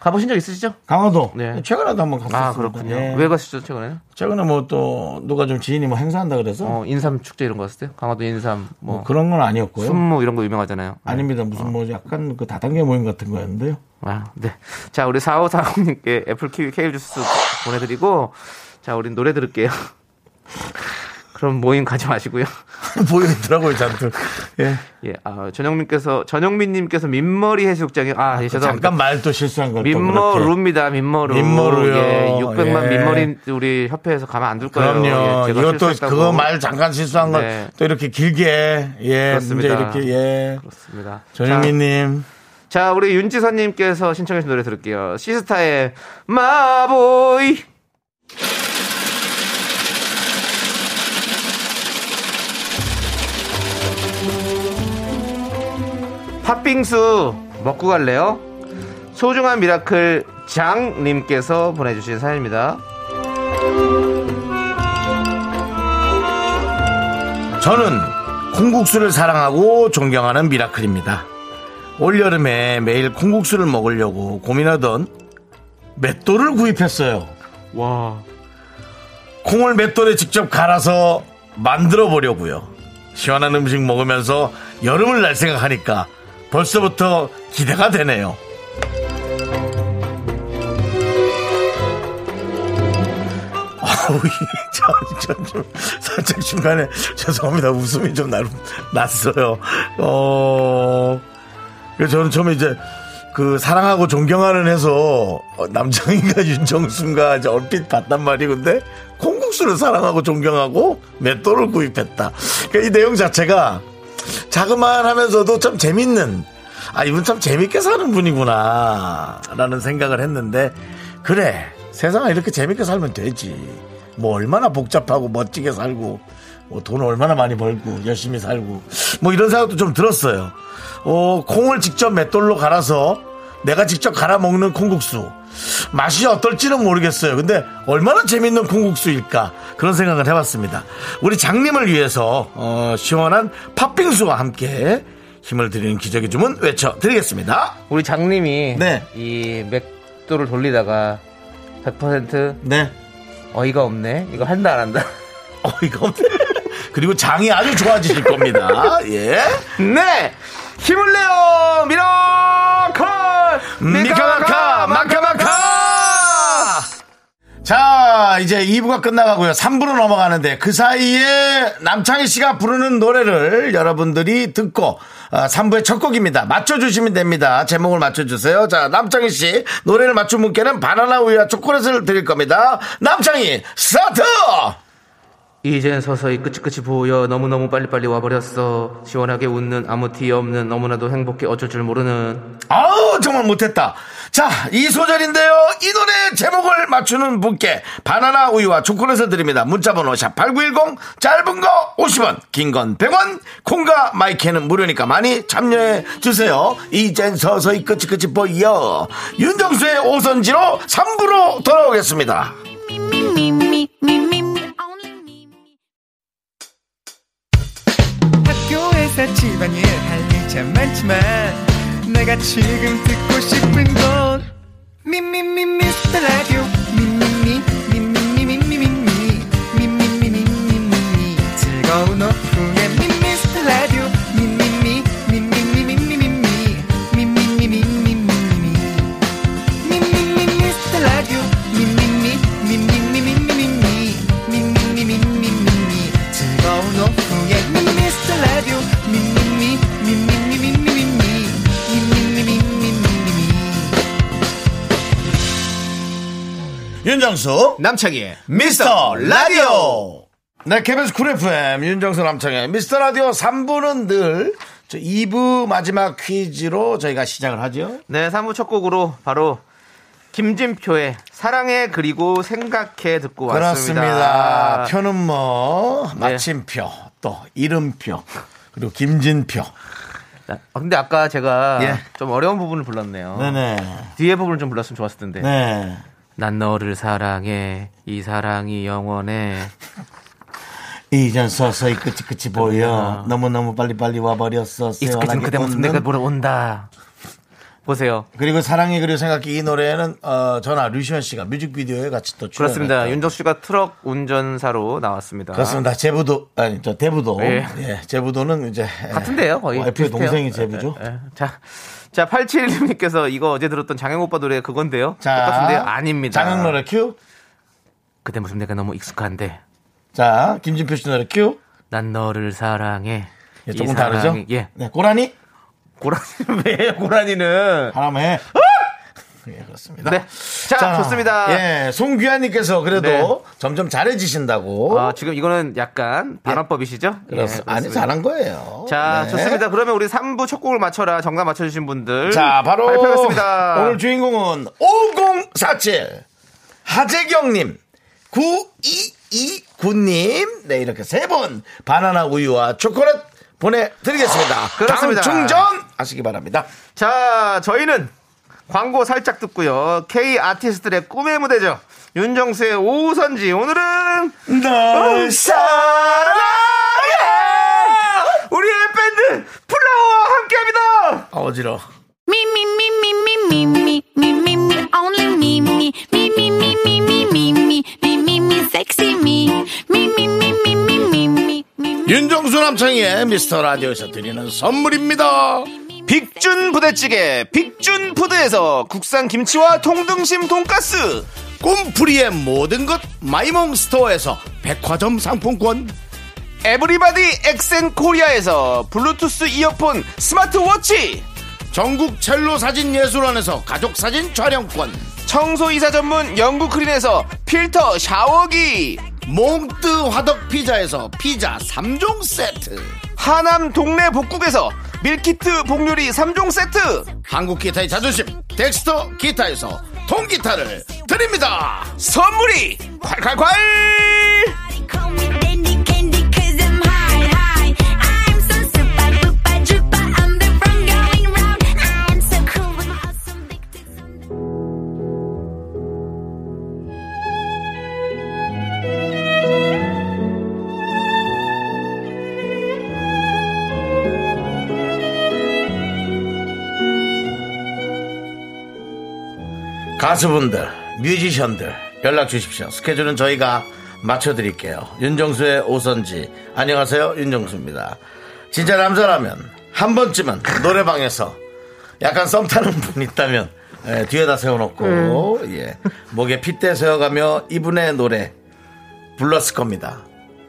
S2: 가보신 적 있으시죠?
S1: 강화도
S2: 네.
S1: 최근에도 한번 갔었어요. 예.
S2: 아 그렇군요.
S1: 네.
S2: 왜 가셨죠 최근에는?
S1: 최근에 뭐 또 누가 좀 지인이 뭐 행사한다 그래서
S2: 어, 인삼 축제 이런 거 갔을 때 강화도 인삼 뭐,
S1: 뭐 그런 건 아니었고요.
S2: 순무 이런 거 유명하잖아요.
S1: 아닙니다. 무슨 뭐 약간 그 다단계 모임 같은 거였는데요.
S2: 아, 네. 자, 우리 4540님께 애플 키위 케일 주스 보내드리고, 자, 우린 노래 들을게요. 그럼 모임 가지 마시고요.
S1: 보이더라고요, 잔뜩. 예.
S2: 예, 아, 전영민께서, 전영민님께서 민머리 해수욕장에, 아, 예, 죄송합니다.
S1: 잠깐 말 또 실수한 걸또 그렇게.
S2: 민머루입니다, 민머루.
S1: 민머루요.
S2: 예, 600만
S1: 예.
S2: 민머리 우리 협회에서 가만 안 둘 거예요.
S1: 그럼요.
S2: 예, 제가
S1: 이것도
S2: 실수했다고.
S1: 그거 말 잠깐 실수한 걸 또
S2: 네.
S1: 이렇게 길게 예 문제
S2: 그렇습니다.
S1: 이렇게 예
S2: 그렇습니다. 자,
S1: 전영민님
S2: 자, 우리 윤지선님께서 신청해주신 노래 들을게요. 시스타의 마보이. 팥빙수 먹고 갈래요? 소중한 미라클 장님께서 보내주신 사연입니다.
S1: 저는 콩국수를 사랑하고 존경하는 미라클입니다. 올여름에 매일 콩국수를 먹으려고 고민하던 맷돌을 구입했어요.
S2: 와.
S1: 콩을 맷돌에 직접 갈아서 만들어 보려고요. 시원한 음식 먹으면서 여름을 날 생각하니까 벌써부터 기대가 되네요. 아우, 참, 참, 좀, 살짝 중간에, 죄송합니다. 웃음이 좀 날, 났어요. 어, 그래서 저는 처음에 이제, 그, 사랑하고 존경하는 해서, 어, 남정희가 윤정순가 이제 얼핏 봤단 말이고, 근데, 콩국수를 사랑하고 존경하고, 맷돌을 구입했다. 그니까 이 내용 자체가, 자그마한 하면서도 참 재밌는, 아, 이분 참 재밌게 사는 분이구나, 라는 생각을 했는데, 그래, 세상은 이렇게 재밌게 살면 되지. 뭐 얼마나 복잡하고 멋지게 살고, 뭐 돈 얼마나 많이 벌고, 열심히 살고, 뭐 이런 생각도 좀 들었어요. 어, 콩을 직접 맷돌로 갈아서, 내가 직접 갈아 먹는 콩국수. 맛이 어떨지는 모르겠어요. 근데 얼마나 재밌는 콩국수일까 그런 생각을 해봤습니다. 우리 장님을 위해서 어, 시원한 팥빙수와 함께 힘을 드리는 기적의 주문 외쳐드리겠습니다.
S2: 우리 장님이
S1: 네.
S2: 이 맥도를 돌리다가 100%
S1: 네.
S2: 어이가 없네. 이거 한다, 안 한다.
S1: 어이가 없네. 그리고 장이 아주 좋아지실 겁니다. 예.
S2: 네! 힘을 내요! 미라클!
S1: 미카마카 마카마카 자 이제 2부가 끝나가고요 3부로 넘어가는데 그 사이에 남창희 씨가 부르는 노래를 여러분들이 듣고 3부의 첫 곡입니다 맞춰주시면 됩니다 제목을 맞춰주세요 자 남창희 씨 노래를 맞춘 분께는 바나나 우유와 초콜릿을 드릴 겁니다 남창희 스타트
S2: 이젠 서서히 끝이 보여 너무너무 빨리빨리 와버렸어 시원하게 웃는 아무 티 없는 너무나도 행복해 어쩔 줄 모르는
S1: 아우 정말 못했다 자 이 소절인데요 이 노래 제목을 맞추는 분께 바나나 우유와 초콜릿을 드립니다 문자번호 샵8910 짧은 거 50원 긴 건 100원 콩과 마이크는 무료니까 많이 참여해 주세요 이젠 서서히 끝이 끝이 보여 윤정수의 오선지로 3부로 돌아오겠습니다
S4: 학교에서 집안일 할 일 참 많지만 내가 지금 듣고 싶은 건 미미미 미스터 라디오 미미미 미미미 미미미 미미미 미미미 즐거운 오후에 미스터 라디오 미미미 미미미 미미미 미미미 미미미
S1: 윤정수
S2: 남창희의
S1: 미스터 라디오 네 KBS 쿨 FM 윤정수 남창의 미스터 라디오 3부는 늘 2부 마지막 퀴즈로 저희가 시작을 하죠
S2: 네, 3부 첫 곡으로 바로 김진표의 사랑해 그리고 생각해 듣고
S1: 그렇습니다.
S2: 왔습니다.
S1: 표는 뭐
S2: 네.
S1: 마침표 또 이름표 그리고 김진표
S2: 아, 근데 아까 제가
S1: 예.
S2: 좀 어려운 부분을 불렀네요.
S1: 네네
S2: 뒤에 부분을 좀 불렀으면 좋았을 텐데.
S1: 네
S2: 난 너를 사랑해. 이 사랑이 영원해.
S1: 이젠 서서히 끝이 끝이 보여 너무 너무 빨리 빨리 와버렸어
S2: 익숙해진
S1: 시원하게
S2: 그대 모습
S1: 웃는.
S2: 내가 보러 온다. 네, 보세요.
S1: 그리고 사랑해 그리고 생각해 이 노래는 어, 저나 류시원 씨가 뮤직비디오에 같이 또 출연
S2: 그렇습니다. 윤정수 씨가 트럭 운전사로
S1: 네,
S2: 나왔습니다.
S1: 그렇습니다. 제부도 아니 저 대부도
S2: 아. 예.
S1: 예, 제부도는 이제
S2: 같은데요, 거의.
S1: 와이프의
S2: 비슷해요.
S1: 어,
S2: 네,
S1: 동생이 제부죠.
S2: 에, 에. 자, 자 8716님께서 이거 어제 들었던 장영 오빠 노래 그건데요.
S1: 자,
S2: 똑같은데요? 아닙니다.
S1: 장혁 노래 큐.
S2: 그대 모습 내가 너무 익숙한데
S1: 자, 김진표 씨 노래 큐.
S2: 난 너를 사랑해.
S1: 예,
S2: 이
S1: 조금
S2: 사랑이-
S1: 다르죠?
S2: 예.
S1: 네, 고라니
S2: 고라니는 왜요? 고라니는.
S1: 바람에. 예, 그렇습니다.
S2: 네. 자, 좋습니다.
S1: 예, 송귀환님께서 그래도
S2: 네.
S1: 점점 잘해지신다고.
S2: 아, 지금 이거는 약간 반환법이시죠? 예,
S1: 그렇습니다. 아니,
S2: 그렇습니다.
S1: 잘한 거예요.
S2: 자,
S1: 네.
S2: 좋습니다. 그러면 우리 3부 첫 곡을 맞춰라. 정답 맞춰주신 분들.
S1: 자, 바로
S2: 발표하겠습니다.
S1: 오늘 주인공은 5047 하재경님, 9229님, 네 이렇게 세 분 바나나 우유와 초콜릿 보내드리겠습니다.
S2: 아, 그렇습니다.
S1: 다음 충전 하시기 바랍니다.
S2: 자, 저희는 광고 살짝 듣고요. K 아티스트들의 꿈의 무대죠. 윤정수의 오선지. 오늘은
S1: 널 사랑해.
S2: 우리의 밴드 플라워와 함께합니다.
S1: 어지러.
S3: Me, me, me, me, me, me, me, me, me, me, only me, me, me, me, me, me, me, me, me, me, me, me, sexy me, me, me, me, me, me, me, me, me, me.
S1: 윤정수 남창희의 미스터 라디오에서 드리는 선물입니다.
S2: 빅준 부대찌개 빅준 푸드에서 국산 김치와 통등심 돈가스
S1: 꿈풀이의 모든 것 마이몽스토어에서 백화점 상품권.
S2: 에브리바디 엑센 코리아에서 블루투스 이어폰 스마트워치
S1: 전국 첼로 사진 예술원에서 가족 사진 촬영권.
S2: 청소이사 전문 영국 크린에서 필터 샤워기
S1: 몽뜨 화덕 피자에서 피자 3종 세트.
S2: 하남 동네 복국에서 밀키트 복요리 3종 세트
S1: 한국 기타의 자존심. 덱스터 기타에서 통기타를 드립니다.
S2: 선물이 콸콸콸
S3: Everybody call me Dandy Candy 'cause I'm high, high. I'm so super, duper, duper. I'm the one going round. I'm so cool with my awesome big tits.
S1: 가수분들, 뮤지션들 연락 주십시오. 스케줄은 저희가 맞춰드릴게요. 윤정수의 오선지. 안녕하세요. 윤정수입니다. 진짜 남자라면 한 번쯤은 노래방에서 약간 썸 타는 분 있다면 예, 뒤에다 세워놓고 예, 목에 핏대 세워가며 이분의 노래 불렀을 겁니다.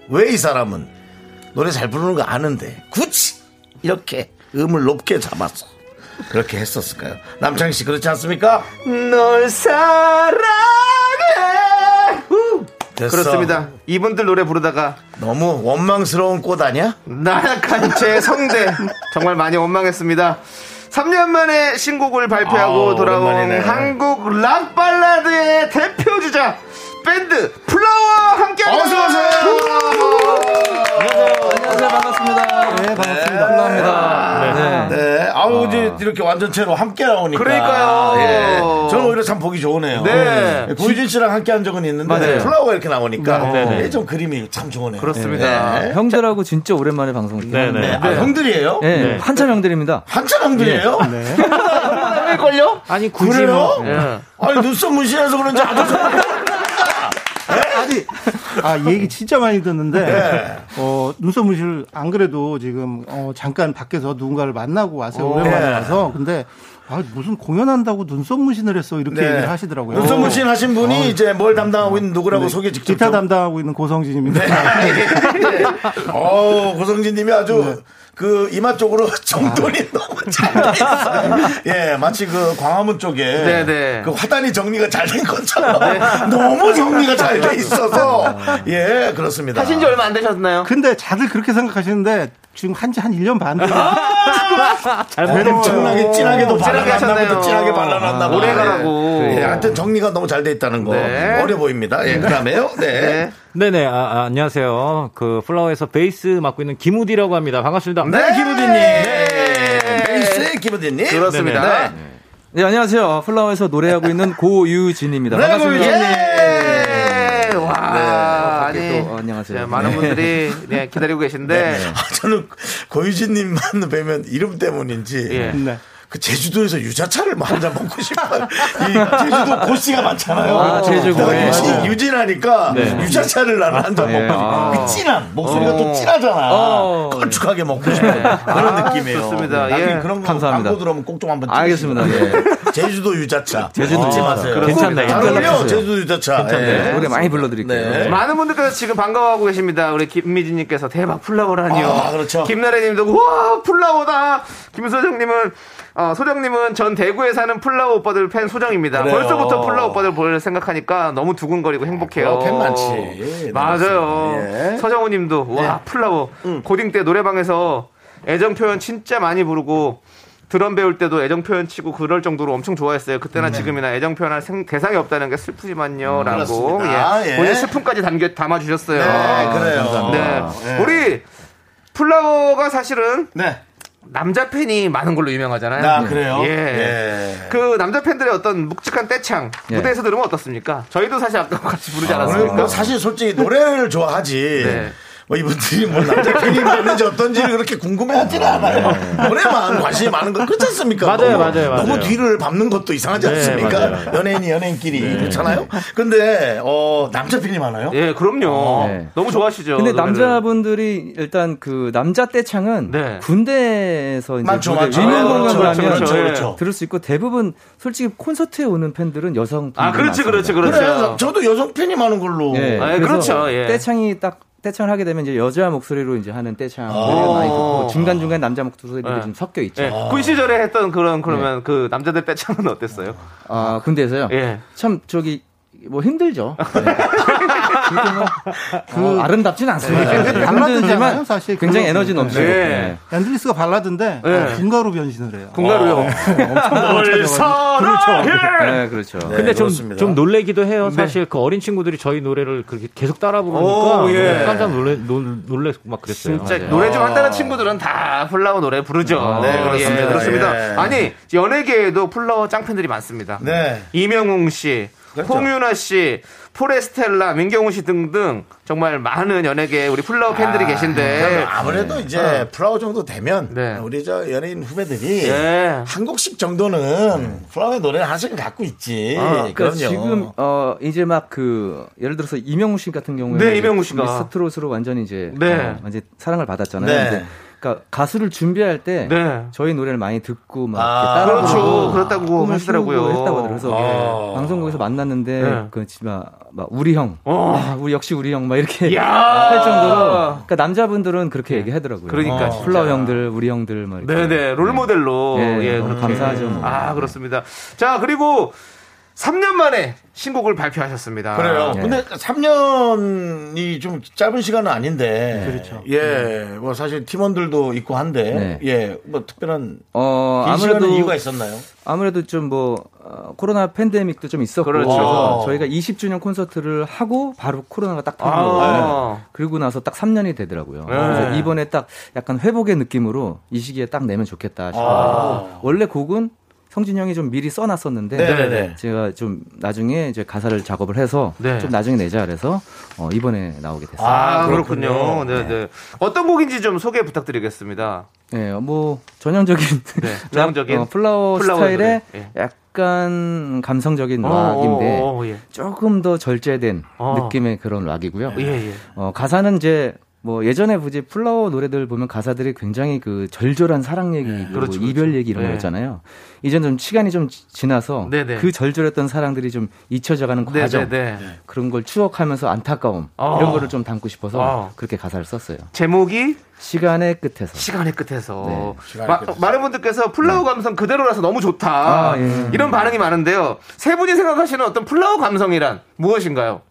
S1: 왜 이 사람은 노래 잘 부르는 거 아는데 굳이 이렇게 음을 높게 잡아서 그렇게 했었을까요? 남창희 씨 그렇지 않습니까?
S2: 널 사랑해 후.
S1: 됐어.
S2: 그렇습니다 이분들 노래 부르다가
S1: 너무 원망스러운 꽃 아니야?
S2: 나약한 제 성대 정말 많이 원망했습니다. 3년 만에 신곡을 발표하고
S1: 아우,
S2: 돌아온
S1: 오랜만이네.
S2: 한국 락 발라드의 대표 주자 밴드 플라워와 함께합니다.
S1: 어서 오세요.
S5: 안녕하세요 반갑습니다. 네 반갑습니다. 감사합니다. 네.
S1: 네. 아우 이제 이렇게 완전체로 함께 나오니까.
S2: 그러니까요.
S1: 예. 저는 오히려 참 보기 좋으네요.
S2: 네.
S1: 예. 고유진 씨랑 함께 한 적은 있는데
S2: 맞아요.
S1: 플라워가 이렇게 나오니까
S5: 네, 네.
S1: 예, 좀 그림이 참 좋으네요.
S2: 그렇습니다.
S1: 네.
S5: 형들하고 진짜 오랜만에 방송을
S1: 네.
S5: 했는데
S1: 아, 형들이에요?
S5: 네. 한참 형들입니다.
S1: 한참 형들이에요? 걸요?
S2: 아니, 굳이
S1: 그래요?
S2: 뭐, 예.
S1: 아니 눈썹 문신해서 그런지 아도
S6: 아니, 아, 이 얘기 진짜 많이 듣는데,
S1: 네.
S6: 어, 눈썹 문신을 안 그래도 지금, 어, 잠깐 밖에서 누군가를 만나고
S1: 어.
S6: 와서
S1: 네.
S6: 오랜만에 와서, 근데, 아, 무슨 공연한다고 눈썹 문신을 했어. 이렇게 얘기를 하시더라고요.
S1: 네.
S6: 어.
S1: 눈썹 문신 하신 분이 이제 뭘 담당하고 있는 누구라고 소개 직접.
S6: 기타
S1: 좀. 네.
S6: 담당하고 있는 고성진입니다.
S1: 어우, 고성진님이 아주 그 이마 쪽으로 정돈이 너무 잘돼있어요 예, 마치 그 광화문 쪽에
S2: 네네.
S1: 그 화단이 정리가 잘 된 것처럼 너무 정리가 잘 돼 있어서 예, 그렇습니다.
S2: 하신 지 얼마 안 되셨나요?
S6: 근데 다들 그렇게 생각하시는데, 지금 한지 한 1년 반 됐어요. 잘
S1: 엄청나게 진하게도
S2: 진하게
S1: 발라놨나 보다
S2: 하셨네요.
S1: 진하게 발라놨나
S2: 아,
S1: 보다
S2: 오래 가라고.
S1: 예, 하여튼 정리가 너무 잘 돼 있다는 거
S2: 네.
S1: 어려 보입니다 예, 그 다음에요 네.
S2: 네.
S7: 네네, 아, 아, 안녕하세요. 그 플라워에서 베이스 맡고 있는 김우디라고 합니다. 반갑습니다.
S1: 네, 기부디님 베이스 기부디님
S2: 그렇습니다.
S1: 네.
S5: 네, 안녕하세요. 플라워에서 노래하고 있는 고유진입니다.
S1: 네,
S5: 반갑습니다.
S2: 예! 와, 아니.
S5: 또, 어, 안녕하세요.
S2: 네, 많은
S5: 네.
S2: 분들이 네, 기다리고 계신데.
S1: 아, 저는 고유진님만 뵈면 이름 때문인지
S2: 예.
S6: 네.
S1: 그 제주도에서 유자차를 뭐 한 잔 먹고 싶어요. 이 제주도 고씨가 많잖아요.
S5: 아, 제주고.
S1: 내가
S5: 네,
S1: 유진,
S5: 맞아요.
S1: 유진하니까 유자차를 나는 한 잔
S5: 네,
S1: 먹고
S5: 아.
S1: 싶어. 그 진한 목소리가 또
S2: 어.
S1: 진하잖아.
S5: 어. 아,
S1: 걸쭉하게 먹고 싶어. 그런 느낌이에요.
S2: 좋습니다.
S1: 나중에
S2: 예.
S1: 그런 거
S5: 감사합니다.
S1: 광고 들어오면 꼭 좀 한번
S5: 알겠습니다. 예.
S1: 찍으시고요. 제주도 유자차.
S5: 제주도
S1: 잊지
S5: 유자차.
S1: 마세요.
S5: 괜찮네.
S1: 잘 어울려.
S5: 연락주세요.
S1: 제주도 유자차.
S5: 네,
S1: 예.
S5: 노래 많이 불러드릴게요.
S1: 네.
S2: 많은 분들께서 지금 반가워하고 계십니다. 우리 김미진님께서 대박 플라워라니요.
S1: 아, 그렇죠.
S2: 김나래님도 와 플라워다. 김소정님은 어, 소정님은 전 대구에 사는 플라워 오빠들 팬 소정입니다.
S1: 그래요.
S2: 벌써부터 플라워 오빠들 볼 생각하니까 너무 두근거리고
S1: 플라워
S2: 행복해요.
S1: 어, 팬 많지.
S2: 맞아요.
S1: 네, 음. 예.
S2: 서정우님도 와 플라워 고딩 때 노래방에서 애정 표현 진짜 많이 부르고. 드럼 배울 때도 애정 표현 치고 그럴 정도로 엄청 좋아했어요.
S1: 음,
S2: 그때나
S1: 네.
S2: 지금이나 애정 표현할 생- 대상이 없다는 게 슬프지만요. 라고.
S1: 그렇습니다.
S2: 예.
S1: 예.
S2: 본인 슬픔까지 담겨, 담아주셨어요.
S1: 네, 그래요.
S2: 네.
S1: 예.
S2: 우리 플라워가 사실은
S1: 네.
S2: 남자 팬이 많은 걸로 유명하잖아요.
S1: 아, 그래요?
S2: 예.
S1: 예.
S2: 그 남자 팬들의 어떤 묵직한 떼창 무대에서 들으면 어떻습니까? 저희도 사실 아까 같이 부르지
S1: 오늘
S2: 않았습니까?
S1: 뭐 사실 솔직히 노래를 좋아하지.
S2: 네.
S1: 뭐 이분들이 뭐 남자 팬이 많은지 어떤지 그렇게 궁금해하지는 않아요. 노래만 관심이 많은 건 그렇지 않습니까?
S7: 네. 맞아요,
S1: 너무,
S7: 맞아요, 맞아요.
S1: 너무 뒤를 밟는 것도 이상하지 않습니까?
S7: 맞아요, 네. 맞아요.
S1: 연예인이 연예인끼리 그렇잖아요. 근데 어 남자 팬이 많아요.
S2: 예, 그럼요.
S1: 어.
S5: 네.
S2: 너무 좋아하시죠.
S5: 근데
S2: 노래를.
S5: 남자분들이 일단 그 남자 떼창은
S2: 네.
S5: 군대에서 이제
S1: 많죠, 많죠.
S5: 위문
S1: 네,
S5: 공연을
S1: 그렇죠,
S5: 하면
S1: 그렇죠, 그렇죠.
S5: 들을 수 있고 대부분 솔직히 콘서트에 오는 팬들은 여성
S2: 아, 그렇지, 그렇지, 그렇죠.
S1: 그래, 저도 여성 팬이 많은 걸로. 네,
S5: 예,
S2: 아, 예,
S5: 그래서
S2: 그렇죠, 예.
S5: 떼창이 딱 떼창을 하게 되면 이제 여자 목소리로 이제 하는
S1: 아.
S5: 떼창 노래 많이 듣고 중간 중간 남자 목소리도
S2: 네.
S5: 좀 섞여 있죠.
S2: 예. 군 시절에 했던 그런
S7: 예.
S2: 그러면 그 남자들 떼창은 어땠어요?
S1: 네.
S5: 아 군대에서요.
S2: 예.
S5: 참 저기 뭐 힘들죠. 네. 그렇게 뭐,
S2: 어,
S5: 그 아름답진 않습니다.
S6: 네. 발라드잖아요,
S5: 힘들지만
S6: 사실.
S5: 굉장히
S6: 그거.
S5: 에너지 넘치고.
S2: 네.
S5: 네.
S6: 얀드리스가 발라드인데,
S2: 네.
S6: 군가로 변신을 해요.
S2: 공가루요.
S6: 널
S5: 네, 그렇죠.
S7: 근데 좀,
S1: 그렇습니다.
S7: 좀 놀래기도 해요. 사실 그 어린 친구들이 저희 노래를 그렇게 계속 따라 부르니까 뭐
S2: 오, 예.
S7: 깜짝 놀래, 놀, 놀래고 막 그랬어요. 아,
S2: 진짜
S7: 맞아요.
S2: 노래 좀 한다는 친구들은 다 플라워 노래 부르죠.
S1: 네, 그렇습니다.
S2: 예, 그렇습니다.
S1: 예.
S2: 아니 연예계에도 플라워 짱팬들이 많습니다.
S1: 네.
S2: 이명웅 씨,
S1: 그렇죠.
S2: 홍윤아 씨, 포레스텔라, 민경훈 씨 등등 정말 많은 연예계 우리 플라워 팬들이
S7: 아. 네.
S2: 계신데
S1: 아무래도 이제 플라워 정도 되면
S2: 네.
S1: 우리 저 연예인 후배들이
S7: 네.
S2: 예.
S1: 한 곡씩 정도는 플라워의 노래를 하나씩 갖고 있지.
S2: 네,
S7: 아,
S5: 그러니까
S1: 그럼요.
S5: 지금 어 이제 막 그 예를 들어서 이명우 씨 같은 경우에
S2: 네, 이명우 씨가.
S5: 미스트롯으로 완전 이제
S2: 네.
S5: 어, 완전 사랑을 받았잖아요.
S1: 네.
S5: 근데 그러니까 가수를 준비할 때
S2: 네.
S5: 저희 노래를 많이 듣고 막
S1: 아,
S5: 이렇게 따라
S2: 그렇죠.
S5: 부르고
S2: 그렇다고
S5: 꿈을
S2: 하시더라고요.
S5: 키우고 했다고 하더라고요. 그래서 예,
S1: 아.
S5: 방송국에서 만났는데
S2: 네.
S5: 그 진짜 막 우리 형,
S2: 어. 예.
S5: 아, 우리 역시 우리 형 막 이렇게
S2: 이야.
S5: 네, 할 정도로 그러니까 남자분들은 그렇게 얘기하더라고요.
S2: 아. 그러니까 진짜.
S5: 플라워 형들, 우리 형들 막 이렇게.
S2: 네네 롤모델로
S5: 예,
S2: 예,
S5: 너무
S2: 그렇게.
S5: 감사하죠, 뭐.
S2: 아 그렇습니다. 자 그리고 3년 만에 신곡을 발표하셨습니다.
S1: 그래요.
S5: 예.
S1: 근데 3년이 좀 짧은 시간은 아닌데. 그렇죠. 예. 뭐 사실 팀원들도 있고 한데.
S5: 네.
S1: 예. 뭐 특별한
S5: 어
S1: 긴 시간은
S5: 아무래도
S1: 이유가 있었나요?
S5: 아무래도 좀 뭐 코로나 팬데믹도 좀 있었고
S2: 그렇죠.
S5: 그래서 저희가 20주년 콘서트를 하고 바로 코로나가 딱 터진 거예요.
S2: 아,
S5: 그리고 나서 딱 3년이 되더라고요.
S2: 네.
S5: 그래서 이번에 딱 약간 회복의 느낌으로 이 시기에 딱 내면 좋겠다 싶어가지고
S2: 아.
S5: 원래 곡은 성진 형이 좀 미리 써놨었는데
S1: 네네네.
S5: 제가 좀 나중에 이제 가사를 작업을 해서
S2: 네.
S5: 좀 나중에 내자 그래서 어, 이번에 나오게 됐어요. 네.
S2: 아, 그렇군요. 네, 네. 어떤 곡인지 좀 소개 부탁드리겠습니다.
S5: 예, 뭐 전형적인 락,
S2: 네, 전형적인
S5: 어, 플라워,
S2: 플라워
S5: 스타일의
S2: 노래. 예.
S5: 약간 감성적인 락인데
S2: 어, 어, 어, 예.
S5: 조금 더 절제된
S2: 어.
S5: 느낌의 그런 락이고요.
S2: 예, 예.
S5: 어, 가사는 이제 뭐 예전에 굳이 플라워 노래들 보면 가사들이 굉장히 그 절절한 사랑 얘기, 그리고
S2: 그렇죠,
S5: 이별 얘기 이런
S2: 예.
S5: 거였잖아요. 이젠 좀 시간이 좀 지- 지나서
S2: 네네.
S5: 그 절절했던 사랑들이 좀 잊혀져가는
S2: 네,
S5: 과정
S2: 네, 네.
S5: 그런 걸 추억하면서 안타까움
S2: 어.
S5: 이런 거를 좀 담고 싶어서
S2: 어.
S5: 그렇게 가사를 썼어요.
S2: 제목이
S5: 시간의 끝에서
S2: 시간의 끝에서.
S5: 네.
S1: 시간의
S2: 마-
S1: 끝에서.
S2: 많은 분들께서 플라워 감성 그대로라서 너무 좋다.
S5: 아, 예.
S2: 이런 반응이 많은데요. 세 분이 생각하시는 어떤 플라워 감성이란 무엇인가요?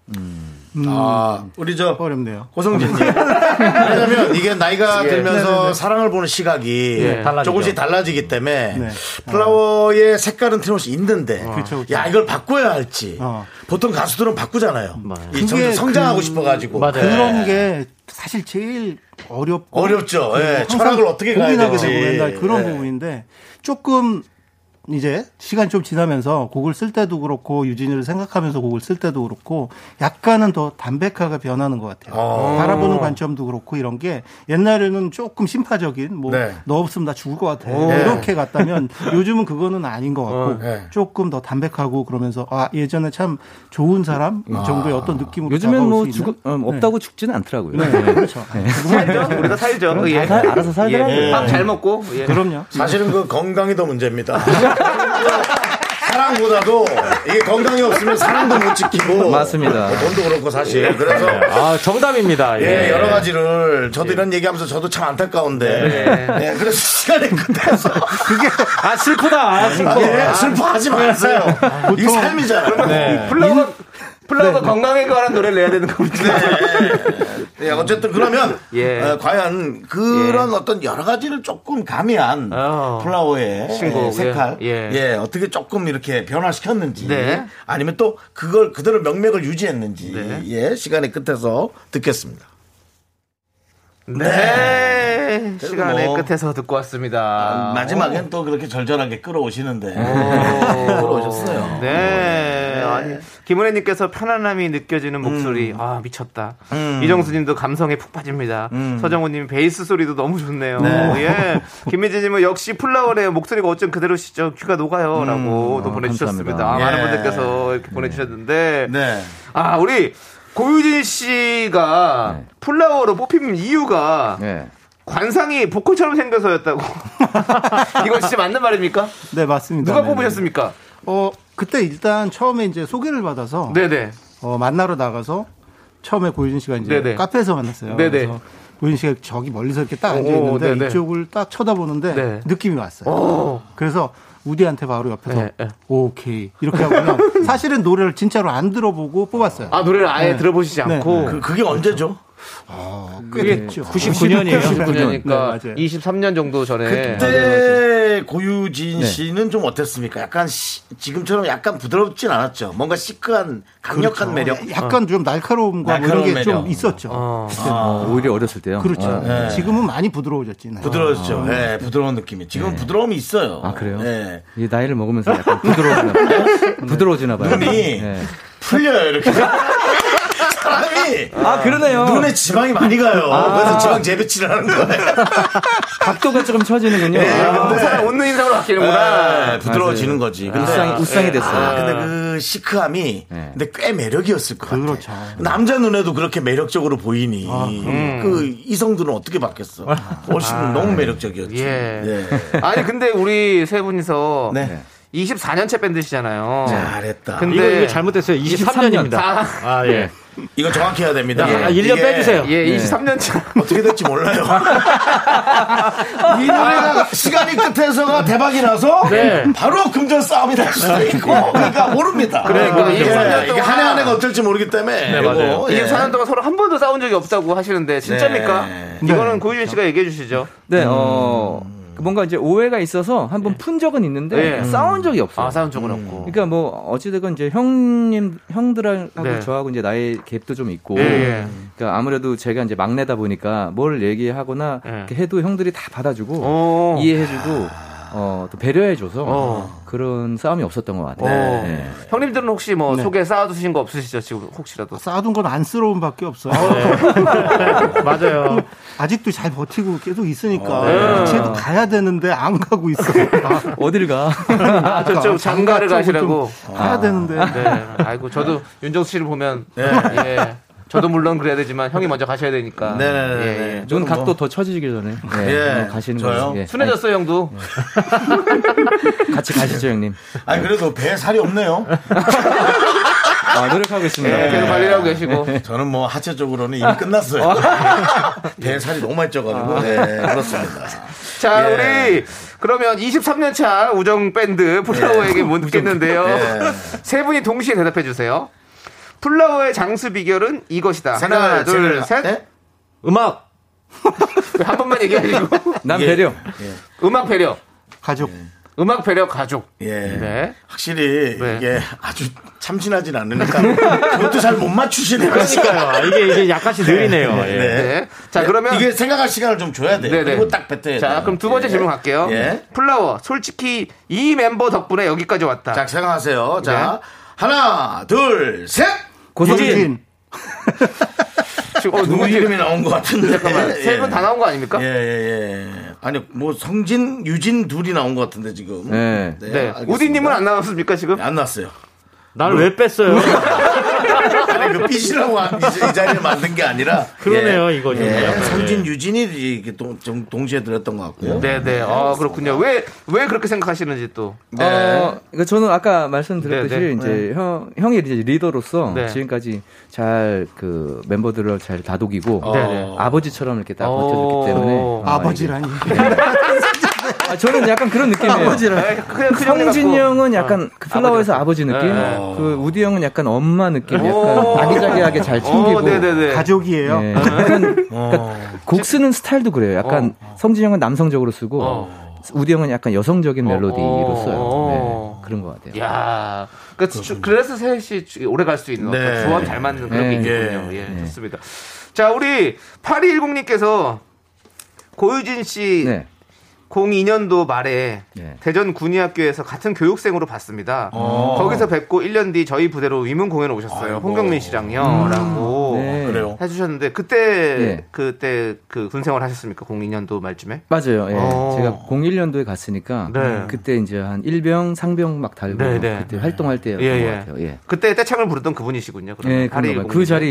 S6: 음.
S1: 아, 우리 저
S6: 어렵네요.
S1: 고성진님. 아, 왜냐면 이게 나이가 들면서
S6: 네,
S1: 사랑을 보는 시각이
S2: 예.
S7: 달라지죠.
S1: 조금씩 달라지기 때문에
S6: 네. 어. 그렇죠,
S1: 플라워의 색깔은 틀림없이 있는데
S6: 그쵸, 그쵸.
S1: 야 이걸 바꿔야 할지
S6: 어.
S1: 보통 가수들은 바꾸잖아요. 이 점점
S6: 그게
S1: 성장하고
S6: 그-
S1: 싶어가지고
S6: 그런
S1: 예.
S6: 게 사실 제일 어렵고 그
S1: 어렵죠. 예,
S6: 항상
S1: 철학을 어떻게 가야
S6: 고민하게
S1: 될지.
S6: 되고 맨날 그런
S1: 예.
S6: 부분인데 조금 이제 시간 좀 지나면서 곡을 쓸 때도 그렇고 유진이를 생각하면서 곡을 쓸 때도 그렇고 약간은 더 담백하게 변하는 것 같아요.
S1: 어.
S6: 바라보는 관점도 그렇고 이런 게 옛날에는 조금 심파적인 뭐 너
S1: 네.
S6: 없으면 나 죽을 것 같아 이렇게 갔다면 요즘은 그거는 아닌 것 같고
S1: 어, 예.
S6: 조금 더 담백하고 그러면서 아 예전에 참 좋은 사람
S1: 아.
S6: 이 정도의 어떤 느낌으로
S5: 요즘엔 뭐
S6: 다가올 수 있는?
S5: 죽, 어, 없다고 죽지는 않더라고요.
S6: 네. 네. 그렇죠.
S2: 살죠. 우리가 살죠. 예.
S5: 살- 알아서 살더라고요.
S2: 예. 밥잘 먹고. 예.
S6: 그럼요.
S1: 사실은 그 건강이 더 문제입니다. 사랑보다도 이게 건강이 없으면 사랑도 못 지키고
S5: 맞습니다.
S1: 뭐 돈도 그렇고 사실 그래서
S7: 아, 정답입니다.
S1: 예,
S7: 예.
S1: 여러 가지를 저도 이런 얘기하면서 저도 참 안타까운데 예, 그래서 시간의 끝에서
S7: 아, 슬프다. 아, 슬퍼.
S1: 예, 슬퍼하지 마세요. 이게 삶이잖아요. 네.
S2: 플라워가, 플라워가
S5: 네.
S2: 건강에 관한 노래를 내야 되는 겁니다.
S1: 예, 어쨌든 그러면
S2: 예.
S1: 어, 과연 그런 어떤 여러 가지를 조금 가미한
S2: 어.
S1: 플라워의
S2: 신곡,
S1: 예, 색깔
S2: 예,
S1: 예,
S2: 예.
S1: 어떻게 조금 이렇게 변화시켰는지
S2: 네.
S1: 아니면 또 그걸 그대로 명맥을 유지했는지
S2: 네.
S1: 예, 시간의 끝에서 듣겠습니다.
S2: 네. 시간의
S1: 뭐.
S2: 끝에서 듣고
S5: 아,
S2: 왔습니다.
S1: 아, 마지막엔 또 그렇게 절절하게 끌어오시는데
S2: 들어오셨어요.
S1: 네.
S2: 네. 아니, 김은혜님께서 편안함이 느껴지는 목소리. 아, 미쳤다. 이정수님도 감성에 푹 빠집니다. 서정우님 베이스 소리도 너무 좋네요. 예. 김미진님은 역시 플라워래요. 목소리가 어쩜 그대로시죠. 귀가 녹아요. 라고 또
S5: 아,
S2: 보내주셨습니다.
S5: 감사합니다.
S2: 아, 많은
S1: 예.
S2: 분들께서 이렇게 보내주셨는데.
S1: 네.
S2: 아, 우리 고유진 씨가 플라워로 뽑힌 이유가
S5: 예.
S2: 관상이 보컬처럼 생겨서였다고. 이건 진짜 맞는 말입니까?
S6: 네 맞습니다.
S2: 누가
S6: 네네.
S2: 뽑으셨습니까?
S6: 어 그때 일단 처음에 이제 소개를 받아서
S2: 네네.
S6: 어, 만나러 나가서 처음에 고유진 씨가 이제
S2: 네네.
S6: 카페에서 만났어요.
S2: 네네.
S6: 그래서 고유진 씨가 저기 멀리서 이렇게 딱 앉아
S2: 오,
S6: 있는데
S2: 네네.
S6: 이쪽을 딱 쳐다보는데
S2: 네.
S6: 느낌이 왔어요.
S2: 오.
S6: 그래서 우디한테 바로 옆에서
S2: 네, 네.
S6: 오케이 이렇게 하고 그냥 사실은 노래를 진짜로 안 들어보고 뽑았어요.
S2: 아 노래를 아예 들어보시지
S6: 네.
S2: 않고
S1: 그, 그게 언제죠?
S6: 꽤 됐죠.
S7: 99년이에요.
S2: 그러니까 99년이니까
S6: 그 네, 맞아요.
S2: 23년 정도 전에
S1: 그때 네,
S2: 네.
S1: 고유진 씨는 좀 어땠습니까? 약간 시- 지금처럼 약간 부드럽진 않았죠. 뭔가 시크한
S2: 그렇죠.
S1: 강력한 매력.
S6: 약간 좀 날카로움과 뭐 이런
S1: 날카로운
S6: 게 좀
S1: 매력.
S6: 있었죠.
S5: 어, 오히려 어렸을 때요.
S6: 그렇죠.
S5: 어.
S1: 네.
S6: 지금은 많이 부드러워졌지. 네.
S1: 부드러웠죠. 예, 부드러운 느낌이. 지금 부드러움이 있어요.
S5: 아 그래요?
S1: 예.
S5: 이 나이를 먹으면서 약간 부드러워지나 봐요. 부드러워지나 봐요.
S1: 눈이
S5: 예.
S1: 풀려요, 이렇게. 사람이
S5: 아 그러네요.
S1: 눈에 지방이 많이 가요. 그래서 지방 재배치를 하는 거예요.
S5: 각도가 조금 처지는군요. 아,
S2: 아, 사람 웃는 인상으로 바뀌는구나.
S1: 예, 부드러워지는 거지. 근데
S5: 우상이 우상이 됐어요.
S1: 아, 근데 그 시크함이
S5: 네.
S1: 근데 꽤 매력이었을 것 같아요.
S6: 그렇죠.
S1: 남자 눈에도 그렇게 매력적으로 보이니 그 이성들은 어떻게 바뀌었어? 훨씬 너무 매력적이었지.
S2: 예.
S1: 예.
S2: 아니 근데 우리 세 분이서
S1: 네.
S2: 24년째 밴드시잖아요.
S1: 잘했다.
S2: 근데-
S7: 이거,
S5: 네.
S7: 이거 잘못됐어요. 23년입니다.
S2: 자,
S7: 아, 예.
S1: 이거 정확히 해야 됩니다.
S7: 아, 1년
S1: 이게
S7: 빼주세요.
S2: 예, 23년째.
S1: 어떻게 될지 몰라요. 이 노래가 시간이 끝에서가 대박이 나서
S2: 네.
S1: 바로 금전 싸움이 날 수도 있고 그러니까 모릅니다.
S2: 그러니까
S1: 예,
S2: 이게 사년
S1: 이게
S2: 동안-
S1: 한 해 한 해가 어떨지 모르기 때문에 이거,
S7: 맞아요.
S1: 예.
S2: 24년 동안 서로 한 번도 싸운 적이 없다고 하시는데 진짜입니까?
S1: 네.
S2: 이거는 고유진 씨가 얘기해 주시죠.
S5: 네, 어 뭔가 이제 오해가 있어서 한번 푼 적은 있는데
S2: 예.
S5: 싸운 적이 없어요.
S2: 아 싸운 적은 없고.
S5: 그렇죠. 그러니까 뭐 어찌됐건 이제 형님 형들하고
S2: 네.
S5: 저하고 이제 나이 갭도 좀 있고
S2: 예, 예.
S5: 그러니까 아무래도 제가 이제 막내다 보니까 뭘 얘기하거나
S2: 예.
S5: 이렇게 해도 형들이 다 받아주고
S2: 오.
S5: 이해해주고 어, 또 배려해줘서
S2: 어.
S5: 그런 싸움이 없었던 것 같아요.
S2: 어.
S5: 네.
S2: 형님들은 혹시 뭐 속에 쌓아두신 거 없으시죠? 지금 혹시라도.
S6: 뭐 쌓아둔 건 안쓰러움밖에 없어요. 네.
S7: 맞아요.
S6: 아직도 잘 버티고 계속 있으니까 쟤도 가야 되는데 안 가고 있어.
S5: 어딜 가?
S2: 아, 저쪽 장가를 가시라고.
S6: 가야 되는데.
S2: 네. 아이고, 저도 윤정수 씨를 보면.
S1: 네.
S2: 예. 저도 물론 그래야 되지만 형이 먼저 가셔야 되니까.
S1: 네네네.
S2: 예, 예.
S5: 눈
S1: 뭐-
S5: 각도 더 처지기 전에 네,
S1: 예,
S5: 한번 가시는
S1: 저요?
S5: 거죠. 예.
S2: 순해졌어요, 형도.
S5: 아니, 같이 가시죠 형님.
S1: 뭐, 아니 그래도 배에 살이 없네요.
S5: 아, 노력하고 있습니다.
S1: 네.
S2: 예, 계속 관리하고 계시고.
S1: 저는 뭐 하체 쪽으로는 이미 끝났어요. 배에 살이 너무 많이 쪄가지고. 네 그렇습니다.
S2: 자,
S1: 예.
S2: 우리 그러면 23년 차 우정 밴드
S1: 네.
S2: 플라워에게 묻겠는데요.
S1: 예.
S2: 세 분이 동시에 대답해 주세요. 플라워의 장수 비결은 이것이다. 하나,
S1: 생각을-
S2: 둘,
S1: 생각을-
S2: 셋. 그
S1: 네?
S7: 음악
S2: 한 번만 얘기하시고.
S5: 난
S1: 예.
S5: 배려.
S2: 음악 배려.
S6: 가족.
S2: 음악 배려 가족.
S1: 예.
S2: 네.
S1: 확실히
S2: 네.
S1: 이게 아주 참신하진 않으니까 그것도 잘 못 맞추시네요.
S7: 그러니까요. 이게 이게 약간씩 느리네요. 예.
S1: 네.
S2: 네. 자, 그러면
S1: 이게 생각할 시간을 좀 줘야 돼요.
S2: 네네.
S1: 그리고 딱 뱉어야
S2: 자,
S1: 돼요.
S2: 그럼 두 번째
S1: 예.
S2: 질문 갈게요.
S1: 예.
S2: 플라워, 솔직히 이 멤버 덕분에 여기까지 왔다.
S1: 자, 생각하세요. 자,
S2: 네.
S1: 하나, 둘, 셋!
S6: 고성진.
S2: 지금 어,
S1: 누구
S2: 누구지?
S1: 이름이 나온 것 같은데.
S2: 잠깐만. 세 분 다 나온 거 아닙니까?
S1: 예, 예, 예. 아니, 뭐, 성진, 유진 둘이 나온 것 같은데, 지금.
S5: 네.
S2: 네.
S1: 예, 알겠습니다. 네.
S2: 우디님은 안 나왔습니까, 지금?
S1: 안 났어요.
S7: 나를 왜 뺐어요?
S1: 아니, 그 삐지라고 한- 이, 이 자리를 만든 게 아니라.
S7: 그러네요, 이거 좀 약간,
S1: 성진,
S7: 예.
S1: 유진이 이렇게 동, 좀 동시에 들었던 것 같고요.
S2: 네, 네. 아, 그렇군요. 왜, 왜 그렇게 생각하시는지 또.
S5: 어, 그러니까 저는 아까 말씀드렸듯이
S2: 네, 네.
S5: 이제 형 형이 이제 리더로서
S2: 네.
S5: 지금까지 잘 그 멤버들을 잘 다독이고
S2: 네, 네.
S5: 아버지처럼 이렇게 딱
S2: 오.
S5: 버텨줬기 때문에 어,
S6: 아버지라니. 예.
S5: 이게- 아, 저는 약간 그런 느낌이에요.
S2: 네, 그냥 그 형님
S5: 성진
S2: 같고.
S5: 형은 약간 그 플라워에서 아버지 느낌,
S2: 어. 네.
S5: 그 우디 형은 약간 엄마 느낌,
S2: 오.
S5: 약간 아기자기하게 잘 챙기고
S2: 오, 네네네. 어.
S6: 가족이에요.
S5: 예, 약간 그러니까 곡 쓰는 스타일도 그래요. 약간 성진 형은 남성적으로 쓰고 우디 형은 약간 여성적인 멜로디로 써요.
S2: 어.
S5: 네, 그런 것 같아요.
S2: 야 그래서, 주- 그래서 셋이 주- 오래 갈 수 있는
S1: 네.
S2: 어떤 조합 잘 맞는 그런 게
S5: 네.
S2: 있군요. 예, 좋습니다. 자, 우리 8210님께서 고유진 씨
S5: 네.
S2: 02년도 말에
S5: 네.
S2: 대전 군의학교에서 같은 교육생으로 봤습니다. 거기서 뵙고 1년 뒤 저희 부대로 위문 공연 오셨어요. 홍경민 씨랑요. 라고
S5: 음. 네.
S1: 그래요.
S2: 해주셨는데 그때
S5: 네.
S2: 그때 그 군생활 하셨습니까? 02년도 말쯤에?
S5: 맞아요. 예.
S2: 어.
S5: 제가 01년도에 갔으니까
S2: 네.
S5: 그때 이제 한 일병, 상병 막 달고
S2: 네, 네.
S5: 그때 활동할 때였던
S2: 예,
S5: 것
S2: 예.
S5: 같아요. 예.
S2: 그때 떼창을 부르던 그분이시군요. 그러면.
S5: 예, 그런가 봐요.
S2: 8210
S5: 그
S2: 님.
S5: 자리에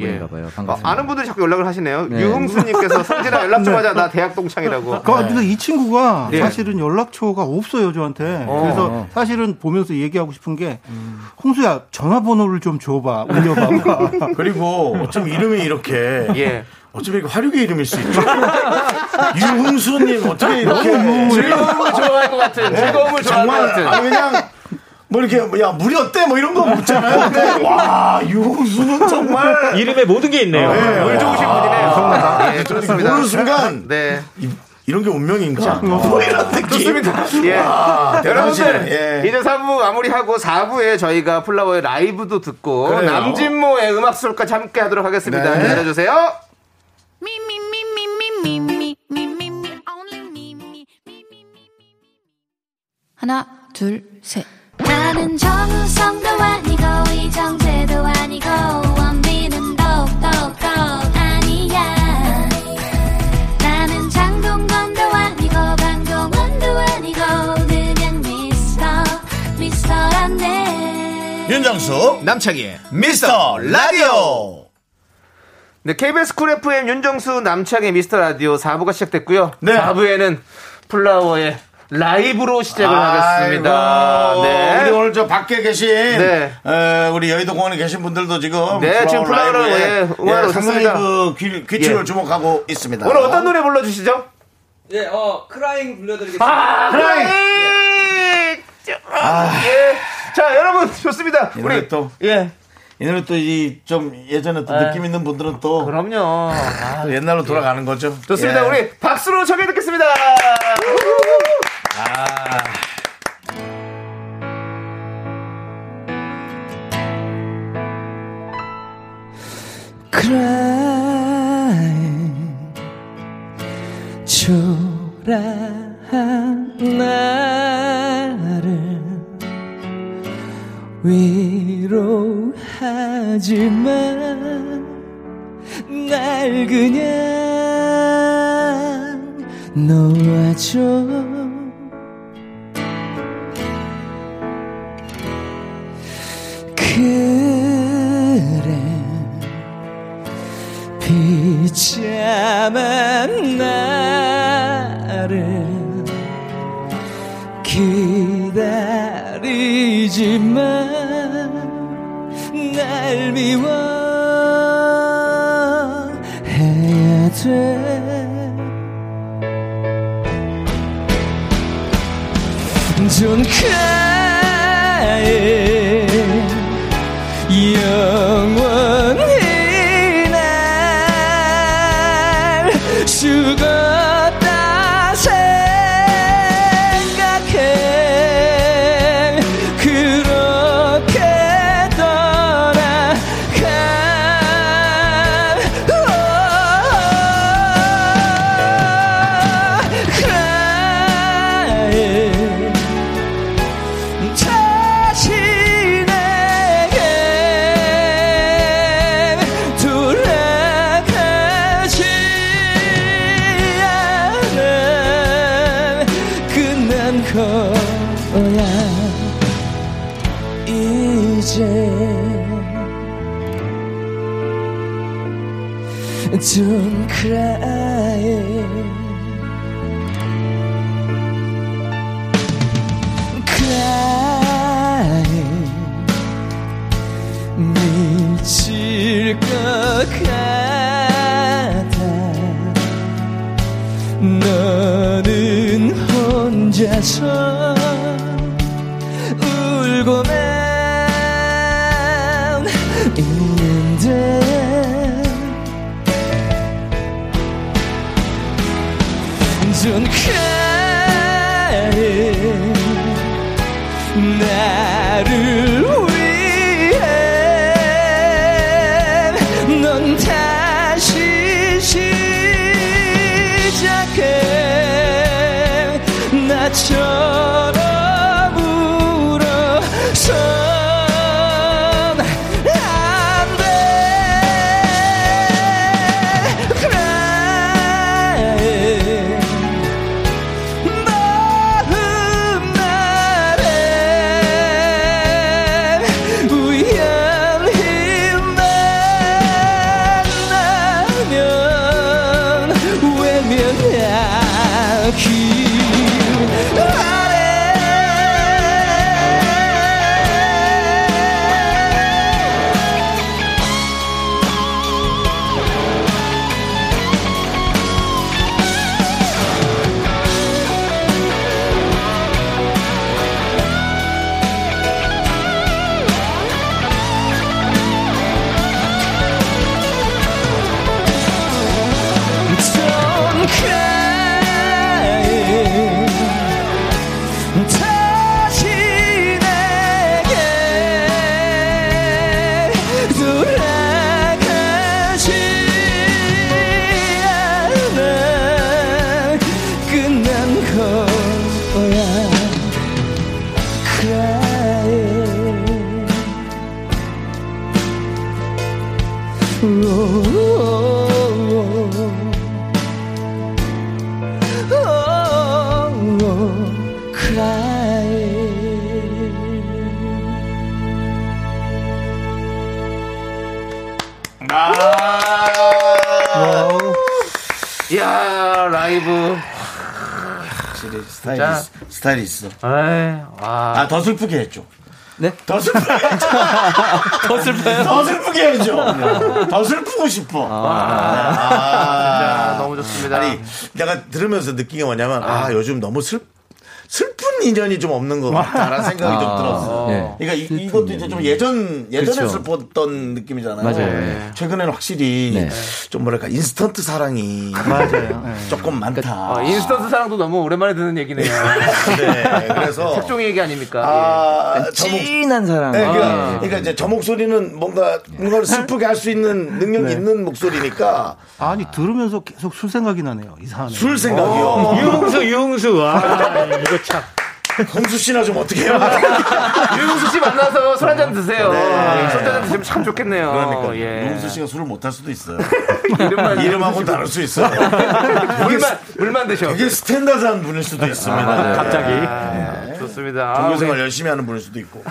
S2: 예.
S5: 분인가 봐요.
S2: 아,
S5: 반갑습니다.
S2: 아는 분들이 자꾸 연락을 하시네요.
S5: 네.
S2: 유흥수님께서 성진아 연락 좀 하자. 나 대학 동창이라고.
S6: 그,
S5: 네.
S6: 근데 이 친구가
S2: 예.
S6: 사실은 연락처가 없어요, 저한테. 그래서 사실은 보면서 얘기하고 싶은 게, 홍수야, 전화번호를 좀 줘봐, 올려봐봐.
S1: 그리고 어쩜 이름이 이렇게.
S5: 네.
S2: 예.
S1: 어차피 이거 화류계 이름일 수 있죠. 유흥수님 어떻게 이렇게 네.
S2: 즐거움을 좋아할 것 같은. 즐거움을 좋아할 것
S1: 정말
S2: 같은.
S1: 아니 그냥 뭐 이렇게 뭐야 물이 어때 뭐 이런 거 묻잖아요. 근데 와 유흥수는 정말
S7: 이름에 모든 게 있네요.
S1: 네, 아,
S2: 물 좋으신 분이네요. 예, 그렇습니다.
S1: 모르는 순간
S2: 네.
S1: 이, 이런 게 운명인가? 뭐 이런 느낌.
S2: 좋습니다. 예.
S1: 와,
S2: 여러분들
S1: 대단하시네. 예.
S2: 이제 3부 마무리하고 4부에 저희가 플라워의 라이브도 듣고
S1: 그래요.
S2: 남진모의 음악 수록까지 함께 하도록 하겠습니다.
S1: 네.
S2: 기다려주세요.
S3: Me, me, me, me, me, me, me, me, me, me, only me, me, me, me, me.
S8: 하나, 둘, 셋.
S3: 나는 정우성도 아니고 이정재도 아니고 원빈은 더욱더 아니야 나는 장동건도 아니고 강동원도 아니고 그냥 미스터 미스터란데
S1: 윤정수 남창희 미스터 라디오.
S2: 네, KBS 쿨 FM 윤정수 남창의 미스터 라디오 4부가 시작됐고요.
S1: 네.
S2: 4부에는 플라워의 라이브로 시작을 하겠습니다.
S1: 네. 우리
S2: 네.
S1: 오늘 저 밖에 계신
S2: 네.
S1: 에, 우리 여의도 공원에 계신 분들도 지금
S2: 네,
S1: 플라워
S2: 지금 플라워를,
S1: 라이브에,
S2: 예, 응원하러
S1: 예, 상당히
S2: 오셨습니다.
S1: 그 귀, 귀추를
S2: 예.
S1: 주목하고 있습니다.
S2: 오늘 어떤 노래 불러주시죠?
S5: 네, 어, 크라잉 불러드리겠습니다.
S2: 예. 아, 예. 자, 여러분 좋습니다.
S1: 이 노래
S2: 우리
S1: 또
S2: 예.
S1: 이 노래 또이 좀 예전에 또 느낌 있는 분들은 또
S2: 그럼요. 아,
S1: 또 옛날로 돌아가는 거죠.
S2: 좋습니다.
S1: 예.
S2: 우리 박수로 청해 듣겠습니다.
S5: crying 초라한 나
S9: 위로하지만 날 그냥 놓아줘 그래 비참한 나를 기다리지만 날
S2: 아.
S9: 미워해야 돼좀 가해 영원히 날 죽었다 생각해 그렇게 떠나간 그래 자신에게 돌아가지 않아 끝난 거야 이제 Don't cry crying 미칠 것 같아 너는 혼자서 울고만 있는데 좀 가해 나를 위해 넌 다시 시작해 나처럼 울어선 안돼 그래 마음날에 우연히 만나면 외면하기 바래 전가에 자신에게 돌아가지 않아 끝난 거야 crying
S1: 아,
S2: 이야 라이브.
S1: 확실히 스타일이,
S2: 진짜.
S1: 있- 스타일이 있어.
S2: 에이, 와.
S1: 아, 더 슬프게 해줘.
S5: 네?
S1: 더 슬프게 해줘. 더 슬퍼요? 더 슬프게 해줘. 더 슬프고 싶어.
S2: 진짜
S1: 아,
S2: 너무 좋습니다.
S1: 아니, 내가 들으면서 느낀 게 뭐냐면, 아, 요즘 너무 슬, 슬픈 인연이 좀 없는 것 같다라는 생각이 좀 들었어.
S5: 네.
S1: 그러니까 이, 것도 이제 좀 예전, 예전에
S5: 그렇죠.
S1: 슬펐던 느낌이잖아요.
S5: 맞아요. 네.
S1: 최근에는 확실히
S5: 네.
S1: 좀 뭐랄까, 인스턴트 사랑이
S6: 맞아요.
S1: 조금 많다.
S2: 어, 인스턴트 사랑도 너무 오랜만에 듣는 얘기네요.
S1: 네, 그래서.
S2: 색종 얘기 아닙니까?
S1: 아, 저 목-
S5: 진한 사랑.
S1: 네, 그러니까,
S5: 예.
S1: 그러니까 이제 저 목소리는 뭔가 뭔가를 슬프게 할 수 있는 능력이 있는 목소리니까
S6: 아니 들으면서 계속 술 생각이 나네요. 이상하네.
S1: 술 생각이요.
S7: 유흥수, 유흥수. 아, 이거 참.
S1: 홍수 씨나 좀 어떻게 해요?
S2: 예. 유용수 씨 만나서 술 한잔 드세요. 예,
S1: 네.
S2: 술 한잔 드시면 참 좋겠네요.
S1: 그러니까
S2: 예.
S1: 유수 씨가 술을 못할 수도 있어요.
S2: 이름만
S1: 이름하고는 다를 수 있어요.
S2: 물만 물만 드셔.
S1: 되게 스탠다드한 분일 수도 있습니다.
S7: 갑자기.
S2: 네. 좋습니다. 아,
S1: 동료생활 열심히 하는 분일 수도 있고.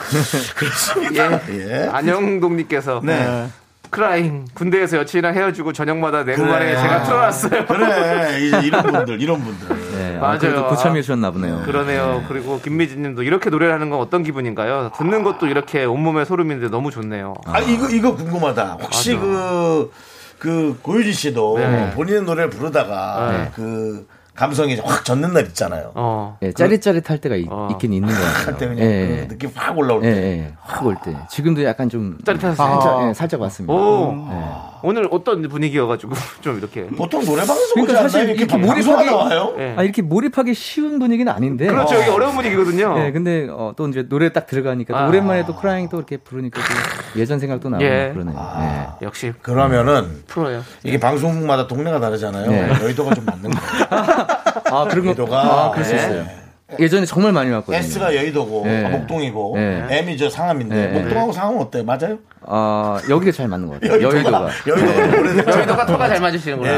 S1: 그렇습니다.
S2: 예.
S1: 예.
S2: 안영동님께서
S1: 네.
S2: 크라잉 군대에서 여친이랑 헤어지고 저녁마다 내
S1: 그래.
S2: 공간에 제가 틀어놨어요.
S1: 그래 이제 이런 분들 이런 분들.
S5: 네,
S2: 맞아요. 아,
S5: 아, 그래도 고참해 주셨나 보네요.
S2: 그러네요. 그리고 김미진님도 이렇게 노래를 하는 건 어떤 기분인가요? 듣는 것도 이렇게 온몸에 소름인데 너무 좋네요.
S1: 아 이거 이거 궁금하다. 혹시
S2: 맞아.
S1: 그 그 고유진 씨도
S2: 네.
S1: 본인의 노래를 부르다가
S2: 네.
S1: 그 감성이 확 젖는 날 있잖아요.
S2: 어.
S5: 예, 짜릿짜릿할 때가 있,
S2: 어.
S5: 긴 있는 것
S1: 할
S5: 같아요.
S1: 때 그냥
S5: 예,
S1: 그 느낌 확 올라올
S5: 예,
S1: 때.
S5: 예, 확올 때. 지금도 약간 좀
S2: 짜릿하셨어요?
S5: 살짝, 예, 살짝 왔습니다.
S2: 오. 네.
S5: 예.
S2: 오늘 어떤 분위기여가지고 좀 이렇게.
S1: 보통 노래방에서 그러니까
S5: 그러니까
S1: 사실
S5: 사실
S1: 않나요? 이렇게
S5: 이렇게
S1: 모리가
S5: 몰입하기-
S1: 나와요.
S2: 예.
S5: 아, 이렇게 몰입하기 쉬운 분위기는 아닌데.
S2: 그렇죠. 이게 어려운 네. 분위기거든요.
S5: 예, 근데 어, 또 이제 노래 딱 들어가니까 또
S2: 아.
S5: 오랜만에 또 크라잉 또 이렇게 부르니까 또 예전 생각도 나고
S2: 예.
S5: 그러네요.
S2: 역시
S1: 그러면은
S2: 프로예요.
S1: 이게 방송마다 동네가 다르잖아요.
S5: 네.
S1: 여의도가 좀 맞는 거예요.
S5: 예. 아, 그런 거.
S1: 여의도가
S5: 아, 그럴 수
S1: 예.
S5: 있어요. 예전에 정말 많이 왔거든요.
S1: S가 여의도고
S5: 네.
S1: 아, 목동이고
S5: 네.
S1: M이 저 상암인데
S5: 네.
S1: 목동하고 상암은 어때요? 맞아요?
S5: 아, 여기가 잘 맞는 것 같아요. 여의도가.
S1: 여의도가 좀 오래됐죠.
S2: 저희도가 토가 잘 맞으시는구나.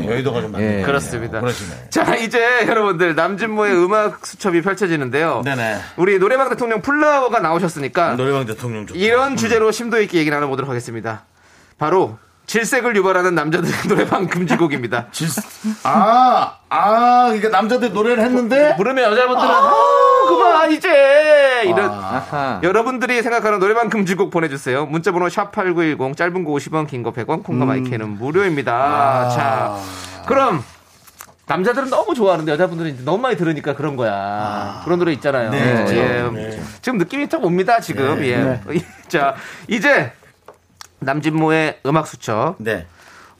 S1: 예. 여의도가 좀 맞는
S5: 예.
S1: 거예요.
S2: 네. 그렇습니다.
S1: 그러시네.
S2: 자, 이제 여러분들 남진모의 음악 수첩이 펼쳐지는데요.
S1: 네네.
S2: 우리 노래방 대통령 플라워가 나오셨으니까
S1: 노래방 대통령 좀
S2: 이런 주제로 심도 있게 얘기 나눠보도록 하겠습니다. 바로 질색을 유발하는 남자들 노래방 금지곡입니다.
S1: 질스. 아, 아, 그러니까 남자들 노래를 했는데
S2: 부르면 여자분들은 아, 그만 이제 이런
S5: 아하.
S2: 여러분들이 생각하는 노래방 금지곡 보내주세요. 문자번호 샵 #8910 짧은 거 50원, 긴 거 100원, 콩과
S1: 음.
S2: 마이크는 무료입니다.
S1: 아.
S2: 자, 그럼 남자들은 너무 좋아하는데 여자분들은 이제 너무 많이 들으니까 그런 거야.
S1: 아.
S2: 그런 노래 있잖아요.
S1: 네,
S2: 예. 지금 느낌이 딱 옵니다. 지금
S1: 네.
S2: 예. 자, 이제 남진모의 음악 수첩.
S1: 네.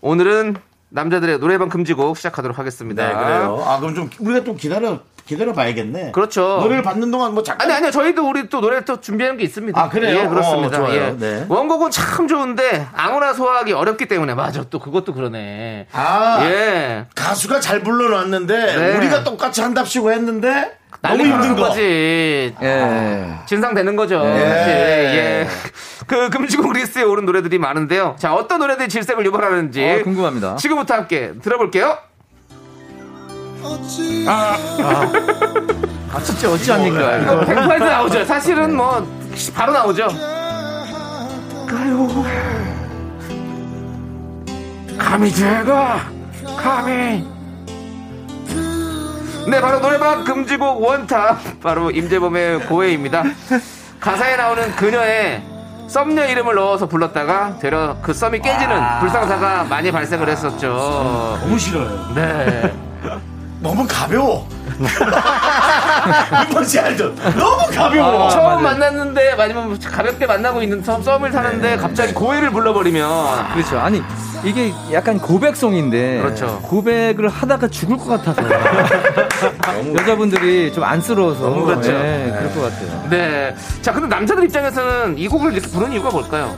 S2: 오늘은 남자들의 노래방 금지곡 시작하도록 하겠습니다.
S1: 네, 그래요. 아, 그럼 좀 우리가 좀 기다려 기다려 봐야겠네.
S2: 그렇죠.
S1: 노래를 받는 동안 뭐 잠깐
S2: 아니 아니요 저희도 우리 또 노래 또 준비하는 게 있습니다.
S1: 아, 그래요?
S2: 예, 그렇습니다.
S1: 어, 좋아요.
S2: 예.
S1: 네.
S2: 원곡은 참 좋은데 아무나 소화하기 어렵기 때문에 맞아 또 그것도 그러네.
S1: 아.
S2: 예.
S1: 가수가 잘 불러놨는데
S2: 네.
S1: 우리가 똑같이 한답시고 했는데 너무
S2: 난리
S1: 힘든
S2: 나는
S1: 거.
S2: 거지. 아,
S5: 예.
S2: 진상되는 거죠. 사실. 예. 그 금지곡 리스트에 오른 노래들이 많은데요. 자 어떤 노래들이 질색을 유발하는지
S5: 아, 궁금합니다.
S2: 지금부터 함께 들어볼게요.
S5: 아, 진짜 어찌 안 된가.
S2: 이거 100% 나오죠. 사실은 뭐 바로 나오죠. 가요. 감히 제가 감히 네 바로 노래방 금지곡 원탑 바로 임재범의 고해입니다. 가사에 나오는 그녀의 썸녀 이름을 넣어서 불렀다가 되려 그 썸이
S5: 아.
S2: 깨지는 불상사가 많이 발생을 했었죠.
S1: 너무 싫어요.
S2: 네.
S1: 너무 가벼워. 뭔지 알죠? 너무
S5: 아,
S1: 가벼워.
S2: 처음 만났는데 아니면 가볍게 만나고 있는 썸, 썸을 타는데
S5: 네.
S2: 갑자기 고해를 불러버리면
S5: 그렇죠. 아니 이게 약간 고백송인데
S2: 그렇죠.
S5: 고백을 하다가 죽을 것 같아서 여자분들이 좀 안쓰러워서
S2: 그렇죠.
S5: 예, 그럴 것 같아요.
S2: 네. 자, 근데 남자들 입장에서는 이 곡을 이렇게 부르는 이유가 뭘까요?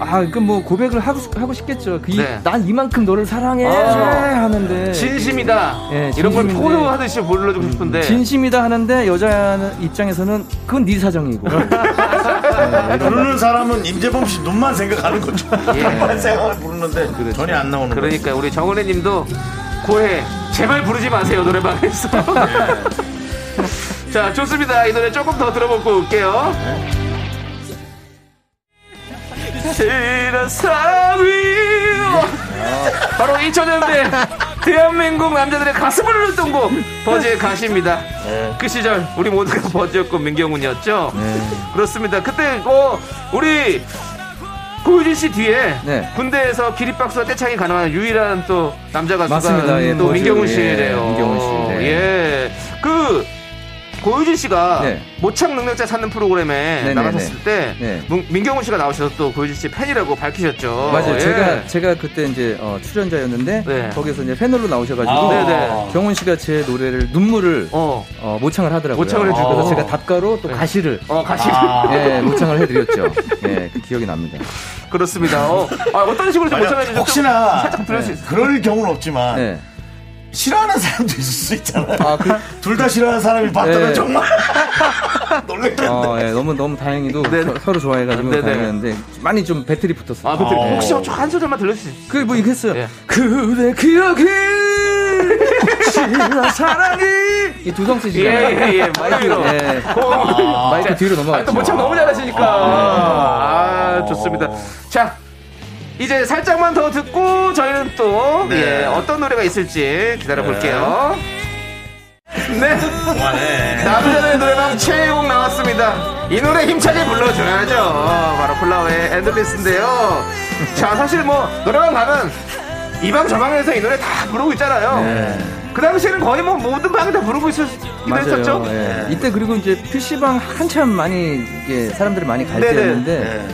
S5: 아, 그러니까 뭐 고백을 하고 싶- 하고 싶겠죠. 그 이-
S2: 네.
S5: 난 이만큼 너를 사랑해
S2: 그렇죠.
S5: 하는데
S2: 진심이다.
S5: 예,
S2: 이런 걸
S5: 네. 진심인데.
S2: 포효하듯이 불러주고 싶은데.
S5: 이다 하는데 여자 입장에서는 그건 네 사정이고
S2: 그렇죠.
S1: 부르는 사람은 임재범 씨 눈만 생각하는 거죠.
S2: 아, 예. 그렇죠.
S1: 눈만 생각하고 부르는데 전혀 안 나오는 거죠.
S2: 그러니까 우리 정은혜 님도 고해. 제발 부르지 마세요, 노래방에서. 자, 좋습니다. 이 노래 조금 더 들어보고 올게요. 지라사위 바로 2000년대 대한민국 남자들의 가슴을 눌렀던 곡 버즈의 가시입니다.
S1: 네.
S2: 그 시절 우리 모두가 버즈였고 민경훈이었죠.
S5: 네.
S2: 그렇습니다. 그때 어 우리 고유진 씨 뒤에
S5: 네.
S2: 군대에서 기립박수와 떼창이 가능한 유일한 또 남자 가수가
S5: 맞습니다. 예,
S2: 또
S5: 버즈.
S2: 민경훈
S5: 예,
S2: 씨래요.
S5: 민경훈 씨, 네.
S2: 예. 그 고유진 씨가
S5: 네.
S2: 모창 능력자 찾는 프로그램에
S5: 네,
S2: 나가셨을 때
S5: 네.
S2: 문- 민경훈 씨가 나오셔서 또 고유진 씨 팬이라고 밝히셨죠.
S5: 맞아요.
S2: 예.
S5: 제가 제가 그때 이제 어, 출연자였는데
S2: 네.
S5: 거기서 이제 패널로 나오셔가지고
S2: 네, 네.
S5: 경훈 씨가 제 노래를 눈물을
S2: 어.
S5: 어, 모창을 하더라고요.
S2: 모창을 해주고.
S5: 그래서 제가 답가로 또 가시를
S2: 어, 같이.
S5: 예, 모창을 해드렸죠. 예, 그 기억이 납니다.
S2: 그렇습니다. 어, 아, 어떤 식으로 좀
S1: 아니요,
S2: 모창해 주셨죠?
S1: 혹시나
S2: 들을 수 있어요.
S1: 그럴 경우는 없지만
S5: 네.
S1: 싫어하는 사람도 있을 수 있잖아요.
S5: 아, 그-
S1: 둘 다 싫어하는 사람이 봤다면
S5: 네.
S1: 정말 놀랄 텐데.
S5: 어, 예, 너무 너무 다행히도 서- 서로 좋아해가지고
S2: 네네.
S5: 다행이었는데 많이 좀 배틀이 붙었어요. 예.
S2: 아, 근데
S1: 어.
S2: 혹시 한 소절만 들려주실 수 있어요?
S5: 그뭐 이렇게 했어요.
S2: 예.
S5: 그대 기억이 지나 사랑이 이두 성씨잖아요.
S2: 예, 예, 예.
S5: 마이크로 예.
S2: 어.
S5: 마이크 뒤로 넘어갔죠.
S2: 아, 또 모창 너무 잘하시니까. 아, 좋습니다. 자, 이제 살짝만 더 듣고 저희는 또
S1: 네.
S2: 예, 어떤 노래가 있을지 기다려볼게요. 네. 남자의 노래방 최애곡 나왔습니다. 이 노래 힘차게 불러줘야죠. 바로 플라워의 엔드리스인데요. 자, 사실 뭐, 노래방 가면 이방 저방에서 이 노래 다 부르고 있잖아요. 그 당시에는 거의 뭐 모든 방이 다 부르고 있었기도 했었죠.
S5: 맞아요. 예. 이때 그리고 이제 PC방 한참 많이 이게 사람들이 많이 갈
S2: 네네.
S5: 때였는데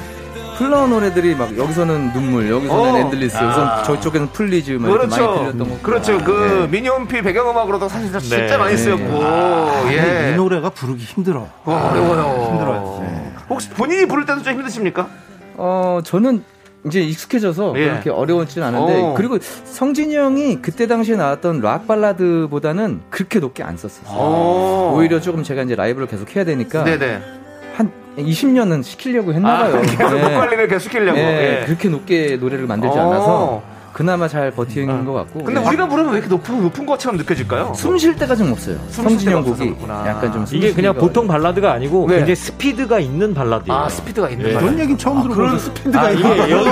S5: 플라워 노래들이 막 여기서는 눈물, 여기서는
S2: 어.
S5: 엔들리스, 여기서
S1: 아.
S5: 저쪽에는 플리즈 막 이렇게 많이
S2: 그렇죠.
S5: 들렸던 거.
S2: 그렇죠. 그 미니홈피 배경음악으로도 사실 진짜
S7: 네.
S2: 많이 쓰였고.
S6: 근데 이
S2: 예.
S6: 노래가 부르기 힘들어.
S2: 와, 어려워요.
S6: 힘들어요.
S2: 혹시 본인이 부를 때도 좀 힘드십니까?
S5: 어 저는 이제 익숙해져서
S2: 예.
S5: 그렇게 어려웠진 않은데
S2: 어.
S5: 그리고 성진이 형이 그때 당시에 나왔던 락 발라드보다는 그렇게 높게 안 썼었어요.
S2: 오.
S5: 아, 오히려 조금 제가 이제 라이브를 계속 해야 되니까
S2: 네네.
S5: 한 20년은 시키려고
S2: 아,
S5: 했나봐요.
S2: 계속 목 관리를 계속 시키려고.
S5: 네,
S2: 예. 어.
S5: 그렇게 높게 노래를 만들지 않아서 그나마 잘 버티는 것 같고.
S2: 아. 근데
S5: 예.
S2: 우리가 부르면 왜 이렇게 높은, 높은 것처럼 느껴질까요?
S5: 숨쉴 때가 좀 없어요.
S2: 숨쉴
S5: 성진이
S2: 데가
S5: 형
S2: 없어서
S5: 곡이
S2: 그렇구나.
S5: 약간 좀
S7: 이게
S5: 숨쉬기가
S7: 그냥 보통 발라드가 아니고
S2: 네.
S7: 굉장히 스피드가 있는 발라드예요.
S2: 아, 스피드가 있는
S7: 예.
S2: 거예요.
S6: 그런 얘기 처음 들어보는 스피드가
S7: 아,
S6: 있
S7: 이게 연,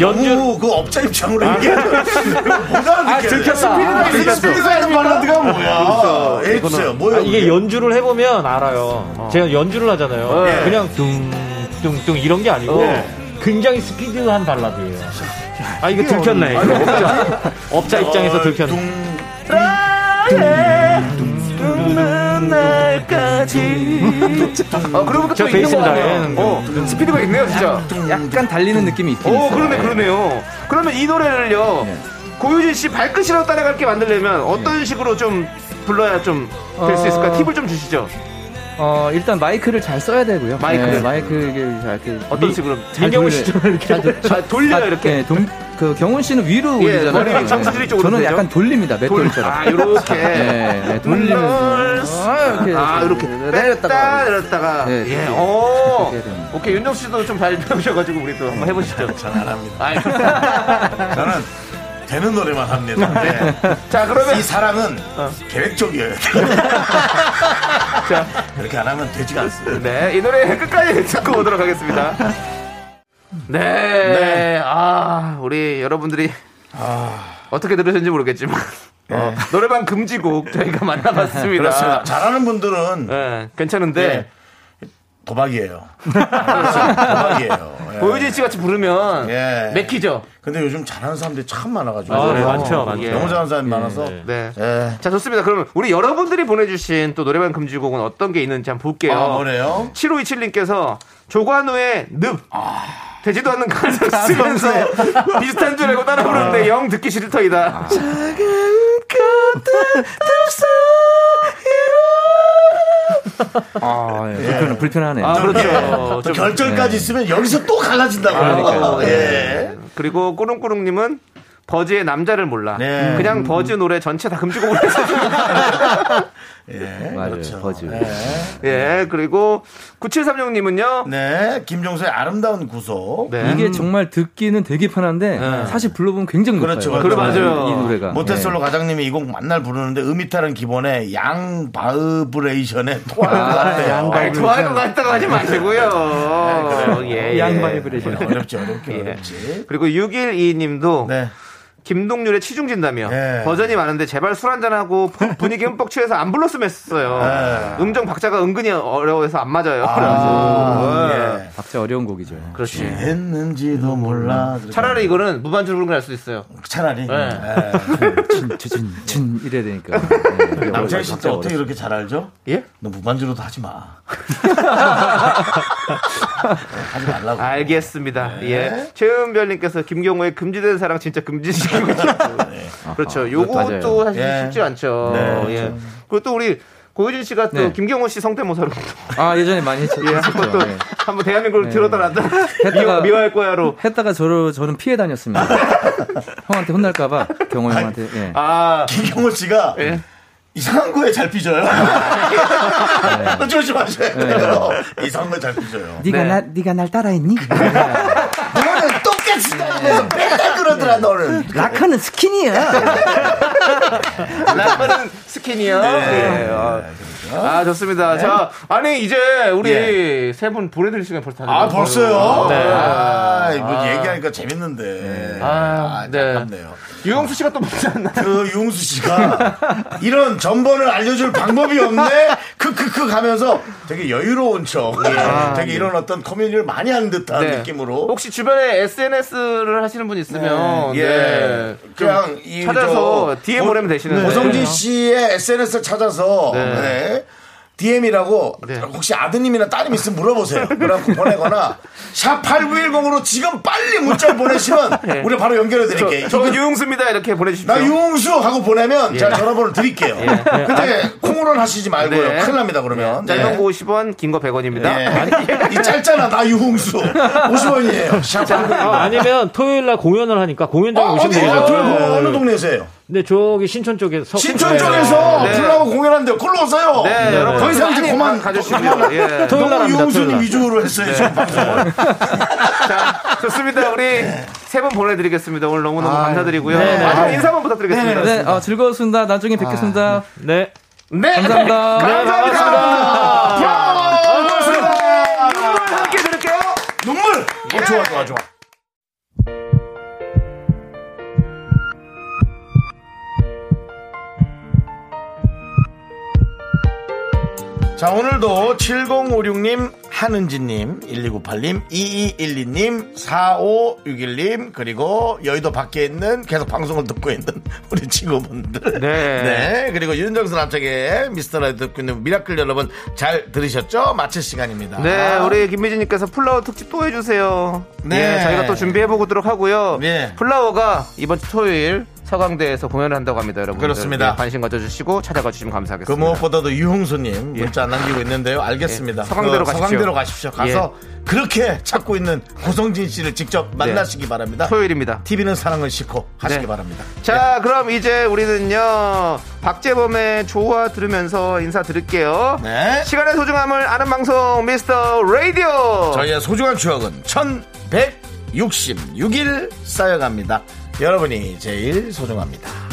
S7: 연주
S1: 그 업자 입장으로 얘기해. 아,
S2: 스피드가 있는
S1: 스피드가 있는 발라드가 뭐야? 에이프스요. 뭐야?
S7: 아, 이게 연주를 해보면 알아요. 제가 연주를 하잖아요.
S1: 예.
S7: 그냥 뚱뚱뚱 이런 게 아니고
S1: 예.
S7: 굉장히 스피드한 발라드예요. 아 이거 들켰네. 이거 업자, 업자
S2: 어,
S7: 입장에서 들켰네.
S2: 아, 그러고 보니까
S7: 저
S2: 또 있는 거
S7: 베이스입니다.
S2: 같아요.
S7: 예.
S2: 어, 스피드가 있네요, 진짜.
S5: 약간 달리는 느낌이 있긴
S2: 음, 오,
S5: 있어요.
S2: 그러네, 그러네요. 그러면 이 노래를요,
S5: 예.
S2: 고유진 씨 발끝이라고 따라갈게 만들려면
S5: 네.
S2: 어떤 식으로 좀 불러야 좀 될 수 있을까?
S5: 어.
S2: 팁을 좀 주시죠.
S5: 어, 일단 마이크를 잘 써야 되고요.
S2: 마이크를.
S5: 네, 마이크를 잘 이렇게
S2: 어떤
S5: 미-
S2: 식으로?
S5: 잘
S7: 민경훈
S5: 돌려요.
S7: 씨 좀 이렇게
S5: 잘 돌-
S2: 아, 돌려요, 이렇게.
S5: 네, 동- 그 경훈 씨는 위로
S2: 예,
S5: 올리잖아요. 네.
S2: 머리 위로 청수들이 쪽으로
S5: 저는
S2: 되죠?
S5: 약간 돌립니다. 맷돌처럼.
S2: 아, 요렇게.
S5: 네, 네, 돌리면서 아, 이렇게
S2: 아, 이렇게
S5: 내렸다가
S2: 뺐다 내렸다가
S5: 네,
S2: 예,
S5: 그렇게.
S2: 오,
S5: 그렇게 해야 됩니다. 네,
S2: 오케이 윤정 씨도 좀 잘 배우셔가지고 우리 또 한번 해보시죠.
S1: 전안 합니다.
S2: 아이,
S1: 저는 되는 노래만 합니다. 네.
S2: 자 그러면
S1: 이 사랑은 계획적이어야 돼요. 그렇게 안 하면 되지가 않습니다.
S2: 네, 이 노래 끝까지 듣고 오도록 하겠습니다. 네, 아, 우리 여러분들이
S1: 아.
S2: 어떻게 들으셨는지 모르겠지만 어, 노래방 금지곡 저희가 만나봤습니다.
S1: 네. 그렇습니다. 잘하는 분들은 예,
S2: 네, 괜찮은데
S1: 도박이에요. 도박이에요. 예.
S2: 고유진 씨 같이 부르면
S1: 예.
S2: 맥히죠.
S1: 근데 요즘 잘하는 사람들이 참 많아가지고.
S7: 아,
S1: 예.
S7: 많죠, 많죠.
S2: 예.
S1: 너무 잘하는 사람이 많아서.
S2: 네.
S1: 예.
S2: 자 좋습니다. 그러면 우리 여러분들이 보내주신 또 노래방 금지곡은 어떤 게 있는지 한번 볼게요.
S1: 아, 뭐래요?
S2: 7527님께서 조관우의 늪 되지도 않는 가사를 쓰면서 비슷한 줄 알고 따라 부르는데 영 듣기 싫더이다. 아,
S5: 아, 예. 불편, 불편하네요.
S2: 아 그렇죠.
S1: 예. 또 결절까지 있으면 여기서 또 갈라진다고.
S5: 네. 아, 그러니까요. 네.
S1: 예.
S2: 그리고 꾸릉꾸릉님은 버즈의 남자를 몰라.
S1: 네.
S2: 그냥 버즈 노래 전체 다 금지곡으로 했어요.
S1: 예.
S5: 네. 맞아요.
S1: 그렇죠.
S5: 버즈.
S2: 네. 예. 그리고 9736님은요.
S1: 네. 김종서의 아름다운 구속.
S2: 네.
S5: 이게 정말 듣기는 되게 편한데 사실 불러보면 굉장히
S1: 그렇죠,
S5: 높아요.
S1: 그렇죠.
S2: 맞아요.
S5: 이 노래가 네.
S1: 모태솔로 과장님이 이 곡 만날 부르는데 음이탈은 기본에 양바이브레이션에 토할 것 같아요. 예.
S2: 아이, 좋아할 것 같다고 하지 마시고요. 예, 예.
S5: 양바이브레이션.
S1: 네.
S5: 예.
S1: 어렵지 어렵지 어렵지.
S2: 그리고 612님도
S1: 네.
S2: 김동률의 치중진다며
S1: 예.
S2: 버전이 많은데 제발 술 한잔하고 부- 분위기 흠뻑 취해서 안 불렀으면 했어요.
S1: 예.
S2: 음정 박자가 은근히 어려워서 안 맞아요.
S1: 아,
S2: 그래가지고.
S1: 예.
S5: 네. 박자 어려운 곡이죠.
S2: 그렇지.
S1: 했는지도
S5: 음.
S1: 몰라.
S2: 차라리 이거는 무반주로 부른 걸알수 있어요.
S1: 차라리. 예.
S5: 진, 진 이래야 되니까. 예.
S1: 남창희 씨
S5: 박자
S1: 어떻게 이렇게 잘 알죠?
S2: 예?
S1: 너 무반주로도 하지 마. 네, 하지 말라고.
S2: 알겠습니다. 예. 최은별님께서 김경호의 금지된 사랑 진짜 금지시키고 있어요. 그렇죠. 요것도
S5: 맞아요.
S2: 사실
S1: 예.
S2: 쉽지 않죠.
S1: 네,
S2: 예. 그리고 또 우리 고유진 씨가 또
S5: 네.
S2: 김경호 씨 성대모사로
S5: 아 예전에 많이 했죠.
S2: 예,
S5: 했었죠.
S2: 한번 또
S5: 예.
S2: 한번 대한민국을
S5: 네.
S2: 들었다 놨다
S5: 했다가-
S2: 미워, 할 거야로
S5: 했다가 저를 저는 피해 다녔습니다. 형한테 혼날까봐 경호 형한테. 예.
S2: 아
S1: 김경호 씨가
S2: 예.
S1: 이상한 거에 잘 삐져요. 어, 조심하셔야 돼요. 이상한 거에 잘 삐져요.
S5: 네가
S2: 네.
S5: 나 네가 날 따라했니?
S1: 너는 똑같이
S2: 네.
S1: 다니면서 맨날 그러더라, 너는.
S5: 라카는 스킨이야.
S2: 라면은 스킨이요. 네. 아,
S1: 그렇죠.
S2: 아, 좋습니다.
S1: 네.
S2: 자, 아니 이제 우리 세 분 보내드릴 시간 벌써 다
S1: 예. 아,
S2: 됐네요.
S1: 벌써요?
S2: 네.
S1: 아, 이거
S2: 아.
S1: 얘기하니까 재밌는데.
S2: 아,
S1: 아,
S2: 네.
S1: 아깝네요.
S2: 유영수 씨가 또 보지 않나?
S1: 그 용수 씨가 이런 전번을 알려줄 방법이 없네? 크크크 하면서 되게 여유로운 척. 예. 되게 이런 어떤 커뮤니티를 많이 한 듯한
S2: 네.
S1: 느낌으로.
S2: 혹시 주변에 SNS를 하시는 분 있으면
S1: 예.
S2: 네. 좀
S1: 그냥 이
S2: 찾아서
S1: 저 네.
S2: DM
S1: 오-
S2: 보내면 되시는데. 네.
S1: 오성진 씨의 SNS를 찾아서 DM이라고
S2: 네.
S1: 혹시 아드님이나 따님 있으면 물어보세요. 그래갖고 보내거나 샵 8910으로 지금 빨리 문자를 보내시면 우리가 바로 연결해 드릴게요.
S2: 네. 저는 유영수입니다. 예. 이렇게 보내주십시오.
S1: 나 유홍수 하고 보내면 제가 전화번호 드릴게요. 근데 콩으로는 하시지 말고요.
S2: 예. 아, 네.
S1: 큰일 납니다 그러면.
S2: 짧은 거 뭐- 50원, 긴 거 100원입니다.
S1: 예. 예. 이 짧잖아 나 유홍수 50원이에요. 샵 8910.
S7: 아, 니면 토요일 날 공연을 하니까
S1: 아,
S7: 공연장 오시면
S1: 어디
S7: 되죠.
S1: 아, 그럼 어느 동네세요?
S7: 근데 저기 신촌 쪽에 서
S1: 신촌 쪽에서
S2: 네.
S1: 불나고 공연한대 걸로 오세요.
S2: 네, 여러분.
S1: 더 이상
S2: 많이
S1: 이제 그만
S2: 가주시고요. 예.
S7: 아, 토요일 날
S1: 너무
S7: 합니다, 토요일
S1: 유흥수님
S7: 날. 네.
S1: 위주로 했어요 지금 방송을.
S2: 자, 좋습니다. 우리 세 분 보내드리겠습니다. 오늘 너무너무
S1: 아,
S2: 감사드리고요.
S7: 네네.
S2: 마지막 인사만 부탁드리겠습니다.
S5: 네, 어, 즐거웠습니다. 나중에 뵙겠습니다.
S7: 네.
S2: 네.
S5: 감사합니다.
S2: 감사합니다.
S1: 브라보! 고맙습니다.
S2: 오늘 함께 들을게요.
S1: 눈물. 어, 좋아 좋아 좋아. 자 오늘도 7056님 한은지님 1298님 2212님 4561님 그리고 여의도 밖에 있는 계속 방송을 듣고 있는 우리 친구분들
S2: 네.
S1: 예, 그리고 윤정수 남창의 미스터라이 듣고 있는 미라클 여러분 잘 들으셨죠? 마칠 시간입니다 아,
S2: 네, 우리 김미진님께서 플라워 특집 또 해주세요.
S1: 네.
S2: 네. 저희가 또 준비해보도록 하고요.
S1: 네.
S2: 플라워가 이번 주 토요일 서강대에서 공연을 한다고 합니다, 여러분.
S1: 그렇습니다.
S2: 관심 가져주시고 찾아가 주시면
S1: 그
S2: 감사하겠습니다.
S1: 무엇보다도 유홍수님 문자 안 남기고 있는데요. 알겠습니다.
S2: 예. 서강대로
S1: 그
S2: 가십시오. 예.
S1: 서강대로 가십시오. 가서 그렇게 찾고 있는 고성진 씨를 직접 만나시기 바랍니다.
S2: 네. 토요일입니다.
S1: TV는 사랑을 싣고 하시기
S2: 네.
S1: 바랍니다.
S2: 자, 그럼 이제 우리는요, 박재범의 좋아 들으면서 인사드릴게요.
S1: 네.
S2: 시간의 소중함을 아는 방송, 미스터 라디오!
S1: 저희의 소중한 추억은 1166일 쌓여갑니다. 여러분이 제일 소중합니다.